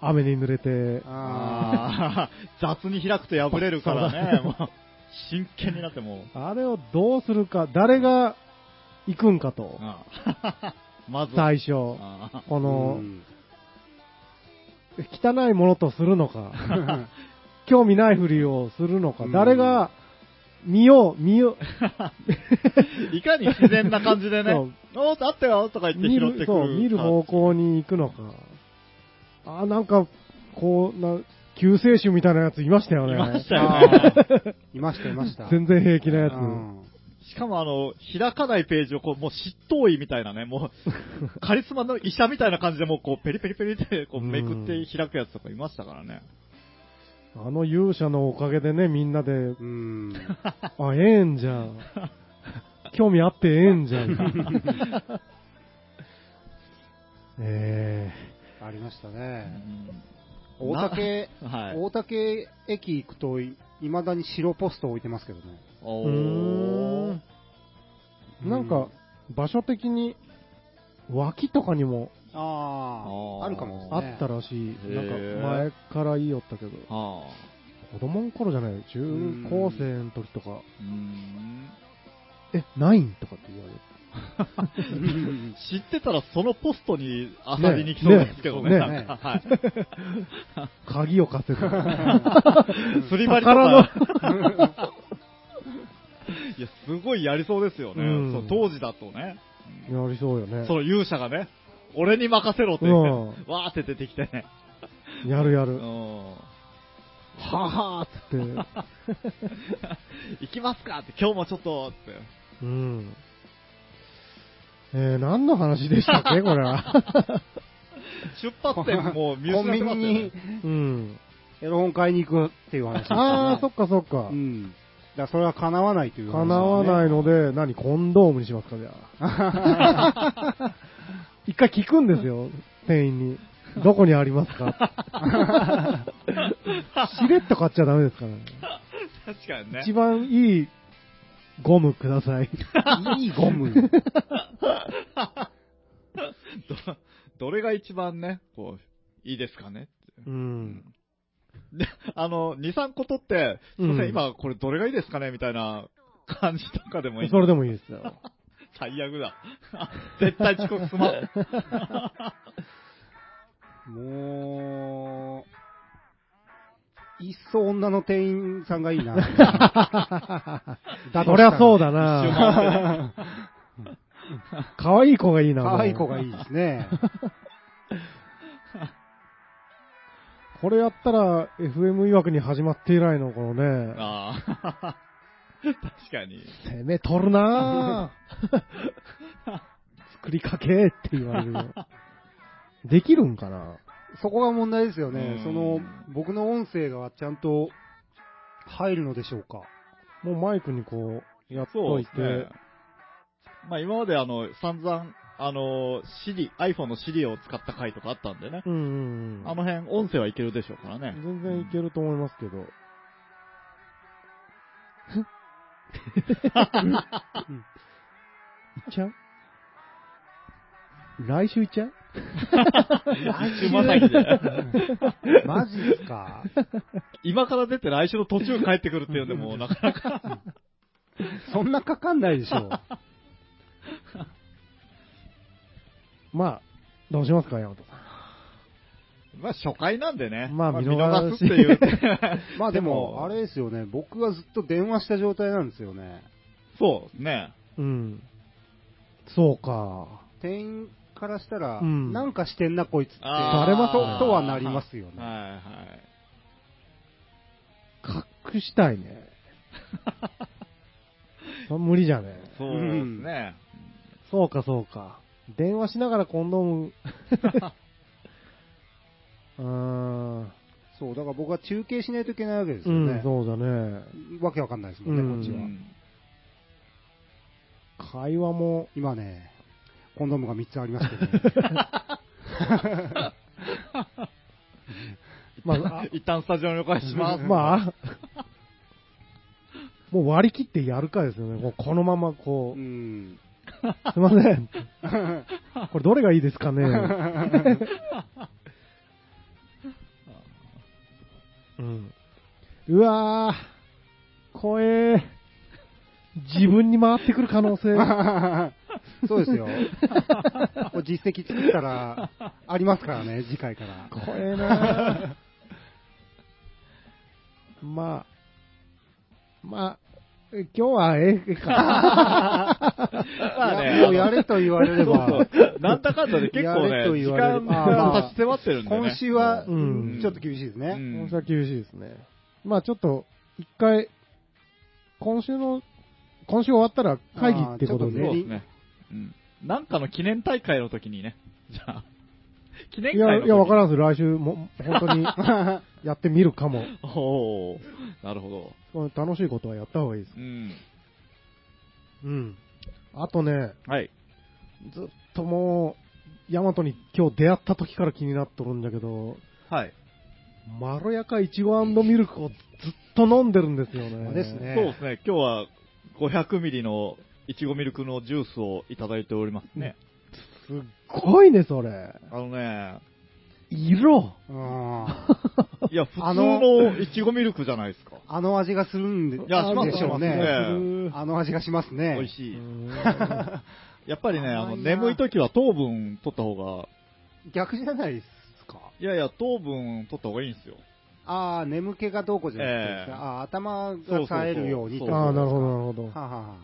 雨に濡れて、ああー 雑に開くと破れるからね、もう、真剣になってもう、あれをどうするか、誰が行くんかと。あ ーまずは、最初。あこあの、 汚いものとするのか、 興味ないふりをするのかう、ん誰が見よう、見よ う、ー いかに自然な感じでねそう、おー、あったよとか言って見拾ってるくそうる。見る方向に行くのか、あーなんか、こうな、救世主みたいなやついましたよね、いましたよね。あーいましたいました。全然平気なやつ、うんしかもあの、開かないページをこう、もう執刀医みたいなね、もう、カリスマの医者みたいな感じでもうこう、ペリペリペリってこう、うんめくって開くやつとかいましたからね。あの勇者のおかげでね、みんなで、うん。あ、ええんじゃ ん、興味あってええんじゃん。えありましたね。うん大竹、はい。大竹駅行くとい、いまだに白ポスト置いてますけどね。えおうーん。なんか、場所的に、脇とかにもああーあ、あるかもですね。あったらしい。へえなんか前から言いよったけど、ああ。子供の頃じゃない、中高生の時とか、うーん。え、ないんとかって言われて。うん知ってたらそのポストに当たりに来そうですけどね。ねなねんかはい。鍵を貸せ とか。すり張りと宝のか。いや、すごいやりそうですようね。んそう当時だとね。やりそうよねそ。の勇者がね、俺に任せろって言って、うわーって出てきてね。やるやうる。はん。はーっつって。行きますかって、今日もちょっとっうて。ん。えー、何の話でしたっ け、これは。出発点もう見コン失ってビまニすよねに。うん。エロ本買いに行くっていう話ですね、あー、そっかそっかう。ん。だからそれは叶わないという話、。叶わないいので、何、コンドームにしますか、じゃあ。 一回聞くんですよ、店員 に。どこにありますか しれっと買っちゃダメですからね。確かにね。一番いいゴムください。いいゴム。ど、どれが一番ね、こう、いいですかねうん。で、あの、2、3個取って、すいません、今これどれがいいですかねみたいな感じとかでもいい。それでもいい ですよ。最悪だ。 絶対遅刻すまん。もう、いっそ女の店員さんがいい な。そりゃそうだだ一な。周回ってね可愛い子がいいな。としたら。可愛い子がい。いいです ね。これやったら、FM 曰くに始まって以来のこのね、ああ。確かに。攻めとる なぁ作りかけって言われるよ。できるんかなそこが問題ですようねん。その、僕の音声がちゃんと入るのでしょう か。もうマイクにこう、やっそとういでてす、ね。まあ今まであの、散々、あの、Siri、iPhone の Siri を使った回とかあったんでね。うんうんうんあの辺、音声はいけるでしょうからね。全然いけると思いますけ ど。うんいっちゃう来週いっちゃう一周またぎで。マジですか。今から出て来週の途中帰ってくるっていうのでもうなかなか。そんなかかんないでしょ。まあ、どうしますか、山本さまあ初回なんでね。まあ見逃しすっていう。 まあででもも、あれですよね。僕はずっと電話した状態なんですよね。そうですね。ん。うん。そうか。店員からしたら、うんなんかしてんなこいつって、あーバレまととはなりますよね。はいはい。隠したいね。そ無理じゃね。そうですね。そうか、そうか。電話しながらコンドー ム。うーん。そう、だから僕は中継しないといけないわけですうよねん、。そうだね。わけわかんないですもんね、うんこっちは。うん会話も、今ね、コンドームが3つありますけど、 ね、 まあ、あ一旦スタジオにお返しします。まあ、もう割り切ってやるかですよね。もうこのままこうう、ん。 すいません。これどれがいいですかね。うん、うわー、怖えー。自分に回ってくる可能性。そうですよ。これ実績作ったら、ありますからね、次回から。怖えなーまあ、まあ、え今日はええか。まあねいやもうやれと言われれば、なんだかんだで結構やねれと、時言われ間るあーまがあ差し迫ってるんでね。今週は、うんちょっと厳しいですね。うん今週は厳しいですね。まあちょっと、一回、今週の、今週終わったら会議ってことそでうあーちょですっと。ね。うん。なんかの記念大会の時にね。じゃあ、 記念い会のや、時にいや、わからんです。来週も、本当に、 やってみるかも。おおなるほど。楽しいことはやった方がいいです。うん。うん。あとね、はい。ずっともう、ヤマトに今日出会った時から気になっとるんだけど、はい。まろやかいちごミルクをずっと飲んでるんですよね。ですねそうですね。今日は500ミリのいちごミルクのジュースをいただいておりますね。すっごいね、それ。あのね、色。うんいや、普通あののいちごミルクじゃないですか。あの味がするんでいやしますでしょうしね。ますねあの味がしますね。美味しうい。んやっぱりね、あ甘の、いな眠い時は糖分取った方が、逆じゃないですか。いやいや、糖分取った方がいいんですよ。ああ、眠気がどうこうじゃなくてですええか、ああ頭が冴えるようにそうそうそうああ、なるほど、ど。なるほど。はあはあはい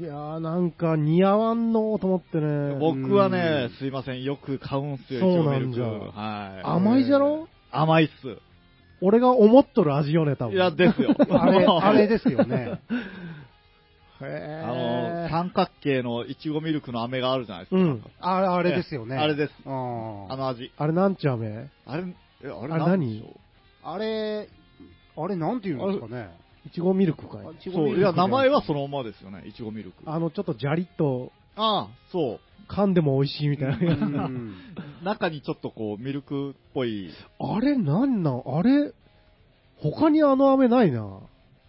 やー、なんか似合わんのーと思ってね。僕はねう、んすいません、よく買うんすよ、いそうちごなミんルじク。ゃはい。甘いじゃろ甘いっす。俺が思っとる味よね、多分。いや、ですよ。 ああれ、もうあれです よね。へあの、三角形のいちごミルクの飴があるじゃないですか。うん。あれ、あれですよね。あれです。うあん。の味。あれなんちゃうめあれ、えああれれなんでしょあれ、あれなんて言うんですかね。いちごミルクかい。あちうごそう、ミルクいじゃや、な名前はそのままですよね、いちごミルク。ああの、ちょっとジャリッとあ、そ噛んでも美味しいみたいな。 うんう。中にちょっとこう、ミルクっぽい。あれなんなんあれ他にあの飴ないな。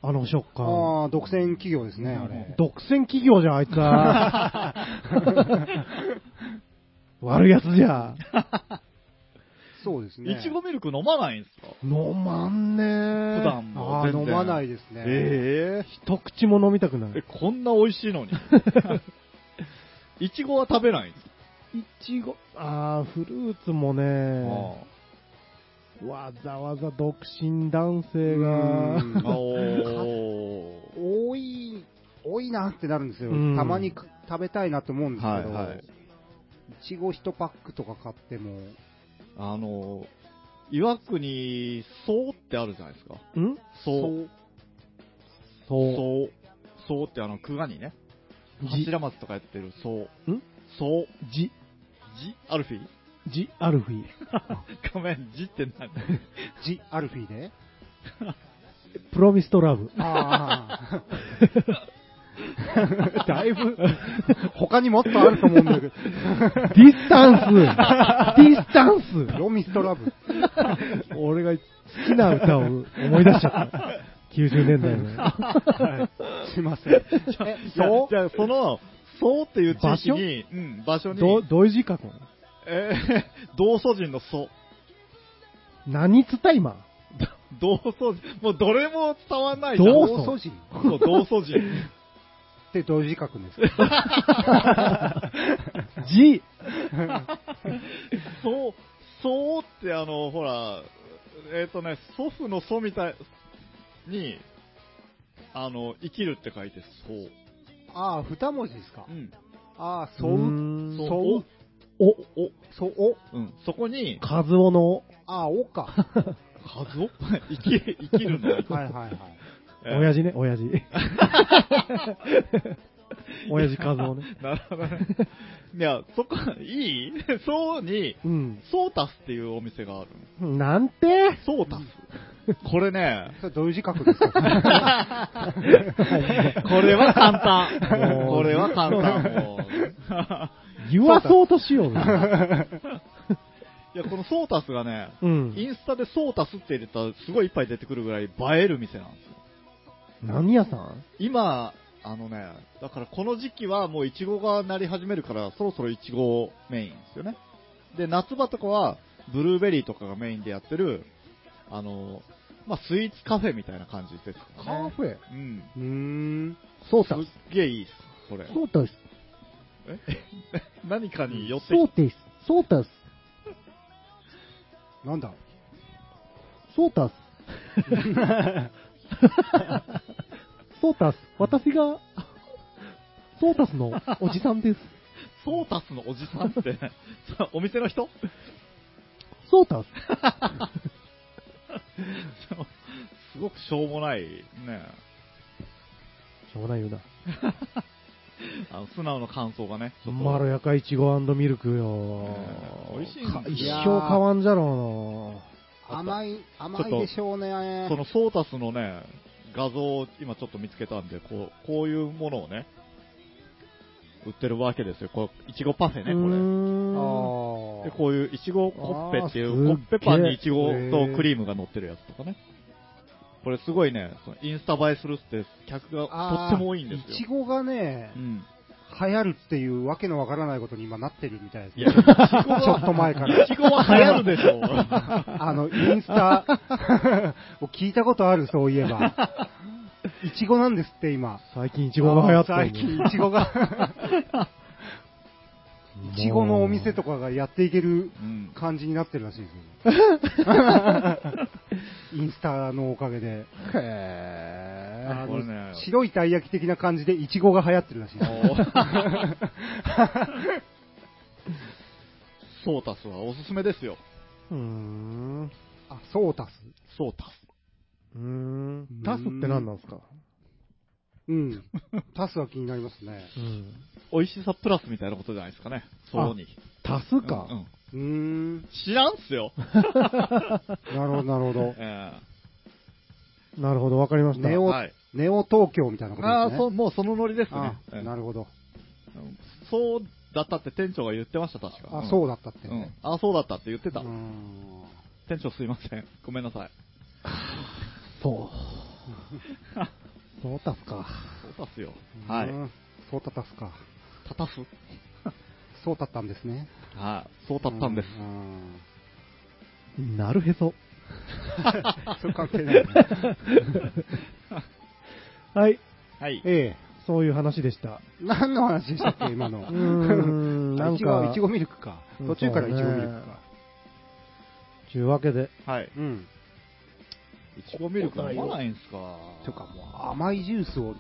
あの食感。ああ、独占企業ですね、あれ。独占企業じゃん、あいつは。 悪いやつじゃ。そうですね。いちごミルク飲まないんですか飲まんねー普段もああ、全然飲まないですね。え一口も飲みたくないえ。え、こんな美味し いのに。いちごは食べないんですかいちご、あー、フルーツもね、わざわざ独身男性が、うんああおー多い、多いなってなるんですよ。うんたまに食べたいなと思うんですけど、はいはいいちご1パックとか買っても、あの、岩国、そうってあるじゃないですか。んそう。そう。そう。そうってあの、クガにね、じ、柱松とかやってる、そう。んそう。じ、ジアルフィーじ、アルフィー。ごめん、ジって何ジ・アルフィーでプロミストラ ブ。あだいぶ、あ、他にもっとあると思うん だけど、ディスタンスディスタンスロミストラブ。俺が好きな歌を思い出しちゃった。90年代の。すいません。え、そうじゃあ、その、そうっていう地域に、うん、場所に、ど、どういう字書くのえー 同祖人のそう。何つった今。同祖人、もうどれも伝わんないじゃん。同同祖祖人っそう同祖人。て同時書くんですかじ、 そう、そうってあの、ほら、えっ、とね、祖父の祖みたいに、あの、生きるって書いて、そう。ああ、二文字ですかうん。ああ、そそうう。う、そうそお、うお、お、そう、お。うん。そこに、カズオのああ、おか。カズオ 生き、生きる の。はいはいはい。えー親父ね、親父。 親父カズオね。 なるほどね。いや、そこ、いい そうに、うん。ソータスっていうお店があるの。なんてソータス。これね、それ同時書くんです かこれは簡単。もう これは簡単。もう言わそうとしようね。いや、このソータスがね、うん。インスタでソータスって入れたらすごいいっぱい出てくるぐらい映える店なんですよ。何屋さん今、あのね、だからこの時期はもうイチゴがなり始めるからそろそろイチゴメインですよね。で、夏場とかはブルーベリーとかがメインでやってる、あの、まあ、スイーツカフェみたいな感じですかカね。フェ。うん。うーん。ソーすタっげえいいっす、これ。ソータス。え何かに寄ってソーきテス。ソータス。なんだソー タス。ソータス。私が、ソータスのおじさんです。ソータスのおじさんって、 そうお店の人 ソータス。そうすごくしょうもない、ね、しょうがないよな。あの素直な感想がね、ちょっとまろやかいちごミルクよね。美味しいんだか一生変わんじゃろ甘い、ちょ甘っいとでしょうねそ。のソータスのね、画像を今ちょっと見つけたんで、こうこういうものをね、売ってるわけですよ。こういちごパフェうな。うね、ーんこあれ。で、あ。こういういちごコッペっていあう、ーコすっげえッペパンにいちごとクリームが乗ってるやつとかね。これすごいね、そのインスタ映えするって客がとっても多いんですいちよ。ごがねう、ん。流行るっていうわけのわからないことに今なってるみたいですいねや、い。ちご ちょはっと前かいら。ちごは流行るでしょ。 あの、インスタ を聞いたことある、そういえば。 いちごなんですって、今。最近いちごが流行った最近、いちご が。いちごのお店とか。かがやっていけるうん感じになってるらしいですよ。 インスタのおかげで。あこのれね白いたい焼き的な感じでイチゴが流行ってるらしいです。ソータスはおすすめですよ。うーん。あ、ソータス。ソータうーん。タスって何なんですかうん。タスは気になりますね。うん。ス。美味しさプラスみたいなことじゃないですかね。そうに。タスか。うんうんうーん。知らんっすよ。なるほど、なるほど。えなるほど、わかりました。ネえオ、はい。ネオ東京みたいなことあであ、すそね。う、もうそのノリですね。ええあなるほど。うんそうだったって店長が言ってました、確か。あ、そうだだったってね。あ、そうだったって言ってうたー。ん。店長すいません。ごめんなさい。そう。ソータスか。そうですよ。はい。うん。そうたたすか。たたすそうたったんですね。はい。そうたったんです。うん なるへそ。そう関係ないね。はい。はい。えそういう話でした。え。何の話でしたっけ、今の。うーんなんかいちごミルクか。うん途中からいちごミそうルクねか。というわけで、はい。うん。いちごミルク飲まないんすか。というか、もう甘いジュースを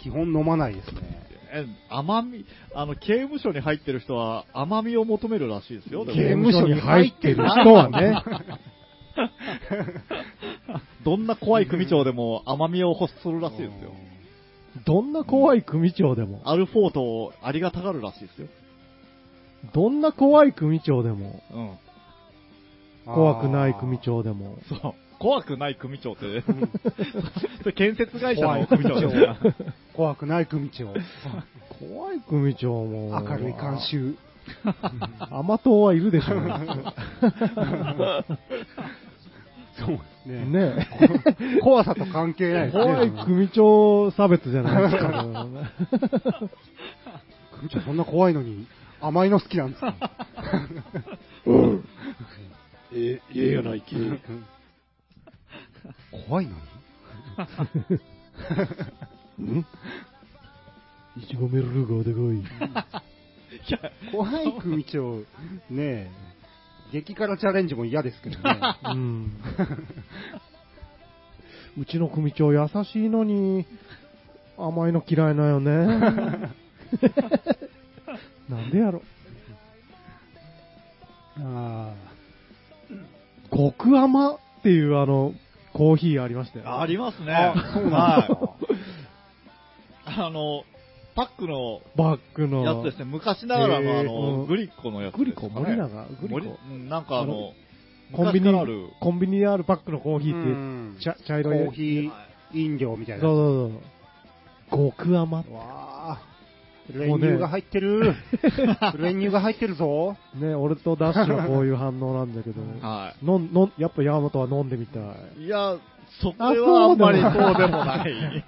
基本飲まないですね。え、甘み、あの、刑務所に入ってる人は甘みを求めるらしいですよ。でも刑務所に入ってる刑務所に入ってる人はね、どんな怖い組長でも甘みを欲するらしいですよ。どんな怖い組長でも、アルフォートをありがたがるらしいですよ。どんな怖い組長でも、うん。怖くない組長でも、そう。怖くない組長って、それ 建設会社の組長ですからあー。怖くない組長。怖い組長も、明るい監修。甘党はいるでしょうね。そうですね。ね怖さと関係ないですね。怖い組長差別じゃないですか、ね。組長そんな怖いのに甘いの好きなんですかええ、ええやないけ。怖いのに いちごメルルがおでこい。いや怖い組長、ねえ、激辛チャレンジも嫌ですけどね。うん。うちの組長優しいのに、甘いの嫌いなよね。なんでやろ。あ極甘っていうあの、コーヒーありましたよ。ありますね。あそうなんですかはいあの、パックのバックの。やつですね、昔ながらのあうのんグリコのやつグでリすかコ、ね。森永、グリ森コ。うんなんかあの、コンビ昔からあるニ、コンビニにあるパックのコーヒうーっんて、茶茶コ色い。ーヒー飲料みたいな。そうそうそう。極甘。わあ、もう練ね乳が入って る。練乳が入ってるぞ。ね、俺とダッシュはこういう反応なんだけど、 はのんのんやっぱ山本は飲んでみたい。い。いや、そこあはあんまりそうで もない。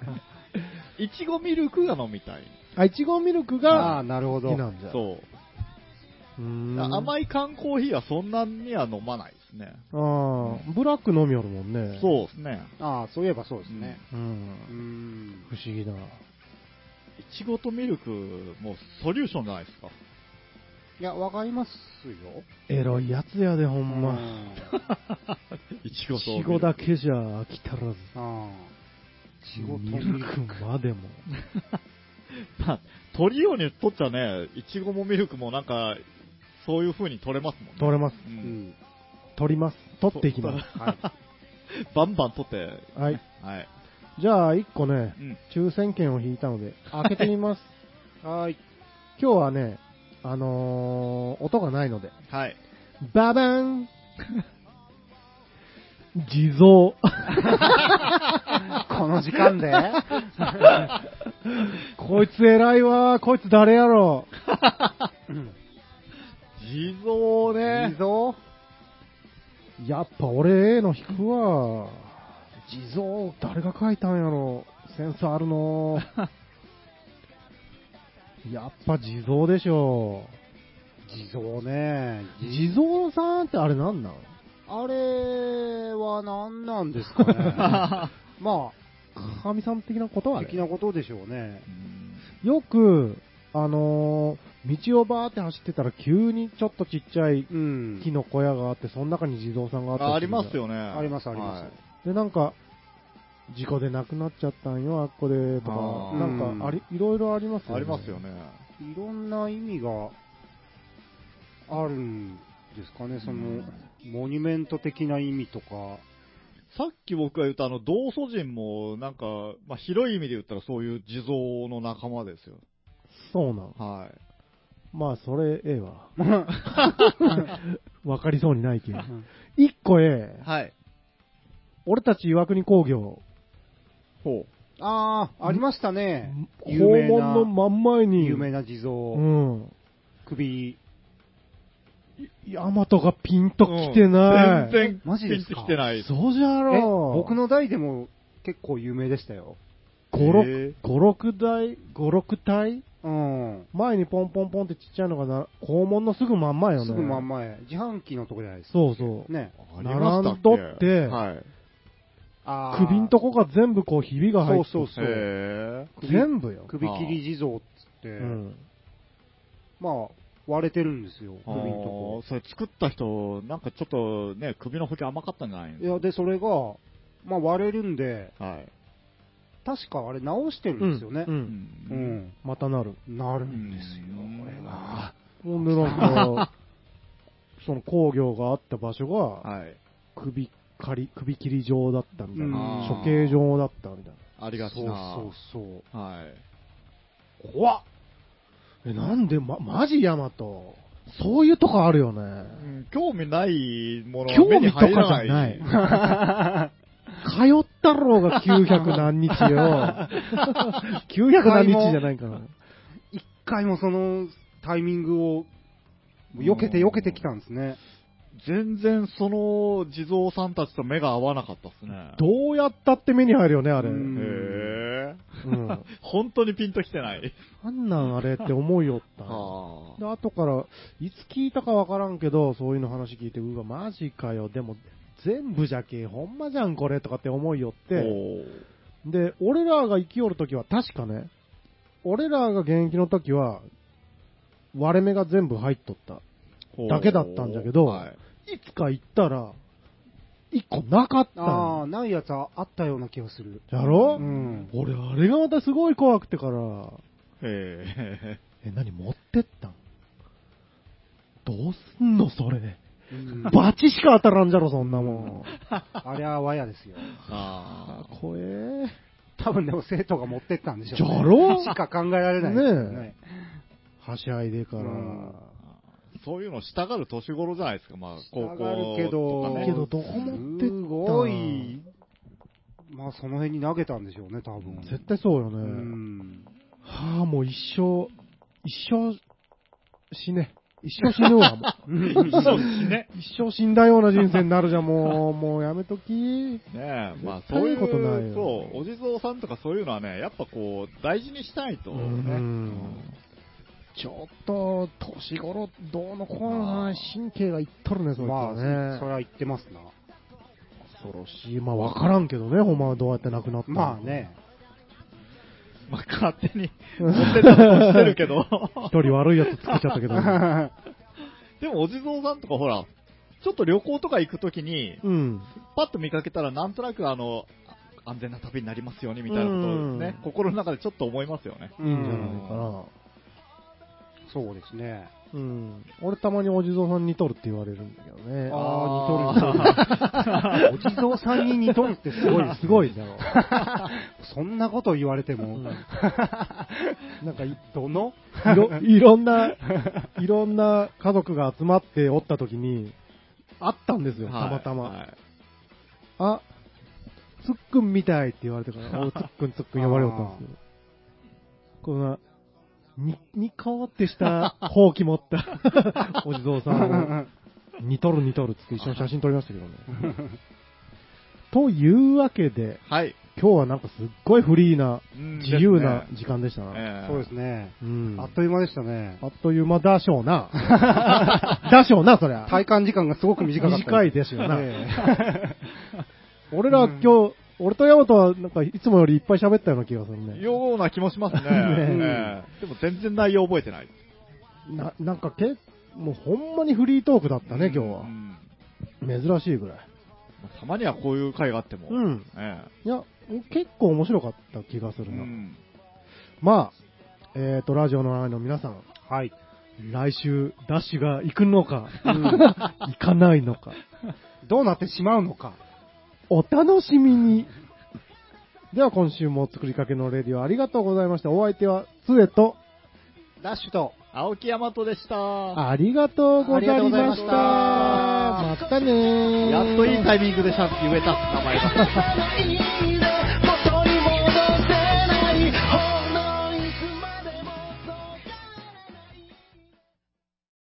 いちごミルクが飲みたい。あ、いちごミルクあがあ、なるほ好どき。なんじゃ。そうう。ん。い。甘い缶コーヒーはそんなには飲まないですね。ああ、ブラック飲みよるもんね。う。そうですね。ああ、そういえばそうですね。うん。うん。不思議だ。いちごとミルクもソリューションじゃないですか。いや、わかりますよ。エロいやつやで、ほんうま。んいちごとミいルちクごだけじゃ飽き足らず。ああ。仕事ミルクまでも。まあ、取りようにとっちゃね、いちごもミルクもなんか、そういう風に取れますもんね。取れます。ううんん。取ります。取っていきます。はい。バンバン取って、はい。はい。じゃあ、一個ねう、ん。抽選券を引いたので、開けてみ ます。はい。今日はね、あのー、音がないので。はい。ババ ン地蔵。この時間で こいつ偉いわ。こいつ誰やろ。地蔵ね。地蔵やっぱ俺、ええの引くわ。地蔵、誰が書いたんやろ。センスある の。やっぱ地蔵でしょ。地蔵ね。地蔵さんってあれなんなんあれは何なんで すかね。ま神さん的なことはあ、的なことでしょうね。よく、あのー道をバーって走ってたら急にちょっとちっちゃいうん。木の小屋があって、その中に地蔵さんがあったあありますよ。よね。あありますありますで、なんか、事故で亡くなっちゃったんよ、あっこで、とかあ、ーなんかあり、いろいろありますよね。ありますよね。いろんな意味があるんですかね、その、モニュメント的な意味とか。さっき僕が言ったあの、道祖人も、なんか、まあ、広い意味で言ったらそういう地蔵の仲間ですよ。そうなん。はまあ、それ、ええ わ。わかりそうにないけど。一個えい。え、はい。俺たち岩国工業、ほう。ああ、ありましたね。訪有名問なの真ん前に、有名な地蔵、うん。首。ヤマトがピンと来てない。全然、マジですかピンと来てない。そうじゃえ、ろう。僕の代でも結構有名でしたよ。へ5、6、5、6台、5、6体うん。前にポンポンポンってちっちゃいのがな、肛門のすぐ真ん前よね。すぐ真ん前。自販機のとこじゃないですか。そうそう。ね。ありました並んどってはい。あー首んとこが全部こう、ひびが入ってそうそうそうへ首全部よ。首切り地蔵っつって、うん。まあ、割れてるんですよ、ー首のとこ。あーそれ作った人、なんかちょっとね、首の保険甘かったんじゃないんいや、で、それが、まあ割れるんで、はい。確かあれ直してるんですよねう。。うん。うんん。またなる。なるんですようん、これが。ほんで、なん か、その工業があった場所が、はい。首狩り、首切り状だったみたいな。うん処刑場だったみたいありがちな。そうそうう。はい。な。怖っえ、なんで、ま、マジヤマト。そういうとこあるよね。うん興味ないものは興目に味とか入じらゃなないい。。通ったろうが900何日 よ。900何日じゃないかな。そう。一回もそのタイミングを、避けて避けてきたんですね。全然その地蔵さんたちと目が合わなかったですね。 どうやったって目に入るよね、あれ。ううんん。へえ。本当にピンときてない。なんなんあれって思いよった。はで、後から、いつ聞いたかわからんけど、そういうの話聞いて、うわ、マジかよ、でも、全部じゃけえ、ほんまじゃん、これ、とかって思いよっあ。て、おーで、俺らが生きよるときは、確かね、俺らが現役のときは、割れ目が全部入っとった。ほうだけだったんだけどはいいつか行ったら、一個なかったああ、んないやつはあったような気がする。やろ、うん。俺、あれがまたすごい怖くてから、へえ、何持ってったんどうすんのそれ。うんバチしか当たらんじゃろ、そんなもん。あれはわやですよ。ーあー怖え。多分でも生徒が持ってったんでしょう、じゃろしか考えられないですよね。ねはしゃいでから。うんそういうの従う年頃じゃないですか、まあ、高校とか従うけどねけど、どこ持ってったすごい、まあその辺に投げたんでしょうね、多分。絶対そうよね。うん。はあ、もう一生、一生、死ね。一生死ぬ わ、もうそうですね。一生死んだような人生になるじゃん、もう、もうやめとき。ねえ、まあ絶対そういう、いいことないよそう、お地蔵さんとかそういうのはね、やっぱこう、大事にしたいと、ね。うんちょっと、年頃、どうのこうのな、神経がいっとるね、そいつまはあ、ね。それは言ってますな。恐ろしい。まあ、わからんけどね、ほんまはどうやって亡くなったのかまあ。ね。まあ勝手に持ってたことしてるけど。一 人悪いやつ作っちゃった けど、ね、でもお地蔵さんとかほら、ちょっと旅行とか行くときに、うん。パッと見かけたらなんとなくあの、あ安全な旅になりますようにみたいなことをねう、ん心の中でちょっと思いますよね。ういいんじゃないん。かな。そうですね。うん。俺たまにお地蔵さん似とるって言われるんだけどね。ああー、似とる。あ、 お地蔵さんに似とるってすすごごい、いですすねごい。だろ。そんなこと言われても、 うんなんかい、どのい ろ、いろんな、いろんな家族が集まっておった時に、あったんですよ、たはいまたま。はいあ、つっくんみたいって言われて から、おうつっくんつっくん呼ばれよったんですよ。こんな、に、にこーってした、ほうき持 った、お地蔵さんを、似とる似とるっつって一緒に写真撮りましたけどね。 というわけで、はい。今日はなんかすっごいフリーな、うん自由なですね時間でしたな。ええそうですね。うん。あっという間でしたね。あっという間だしょう な。だしょうな、そりゃ。体感時間がすごく短かった。短いですよなえ 俺ら今日、俺とヤマトはなんかいつもよりいっぱい喋ったような気がするね。ような気もしますね。 ねええでも全然内容覚えてない。な、なんかけ、もうほんまにフリートークだったね、今日はう。ん珍しいぐらい。たまにはこういう会があっても。うんえいや、結構面白かった気がすえるな。うんまあ、えっ、と、ラジオの前の皆さん、えはい。来週、ダッシュが行くのか、 行かないのか、どうなってしまうのか。お楽しみに。では、今週も作りかけのレディオありがとうございました。お相手は、つえと、ダッシュと、青木大和でした。ありがとうございまありがとうございまししたた。またねーやっといいタイミングでしゃ言えた。名前が。 「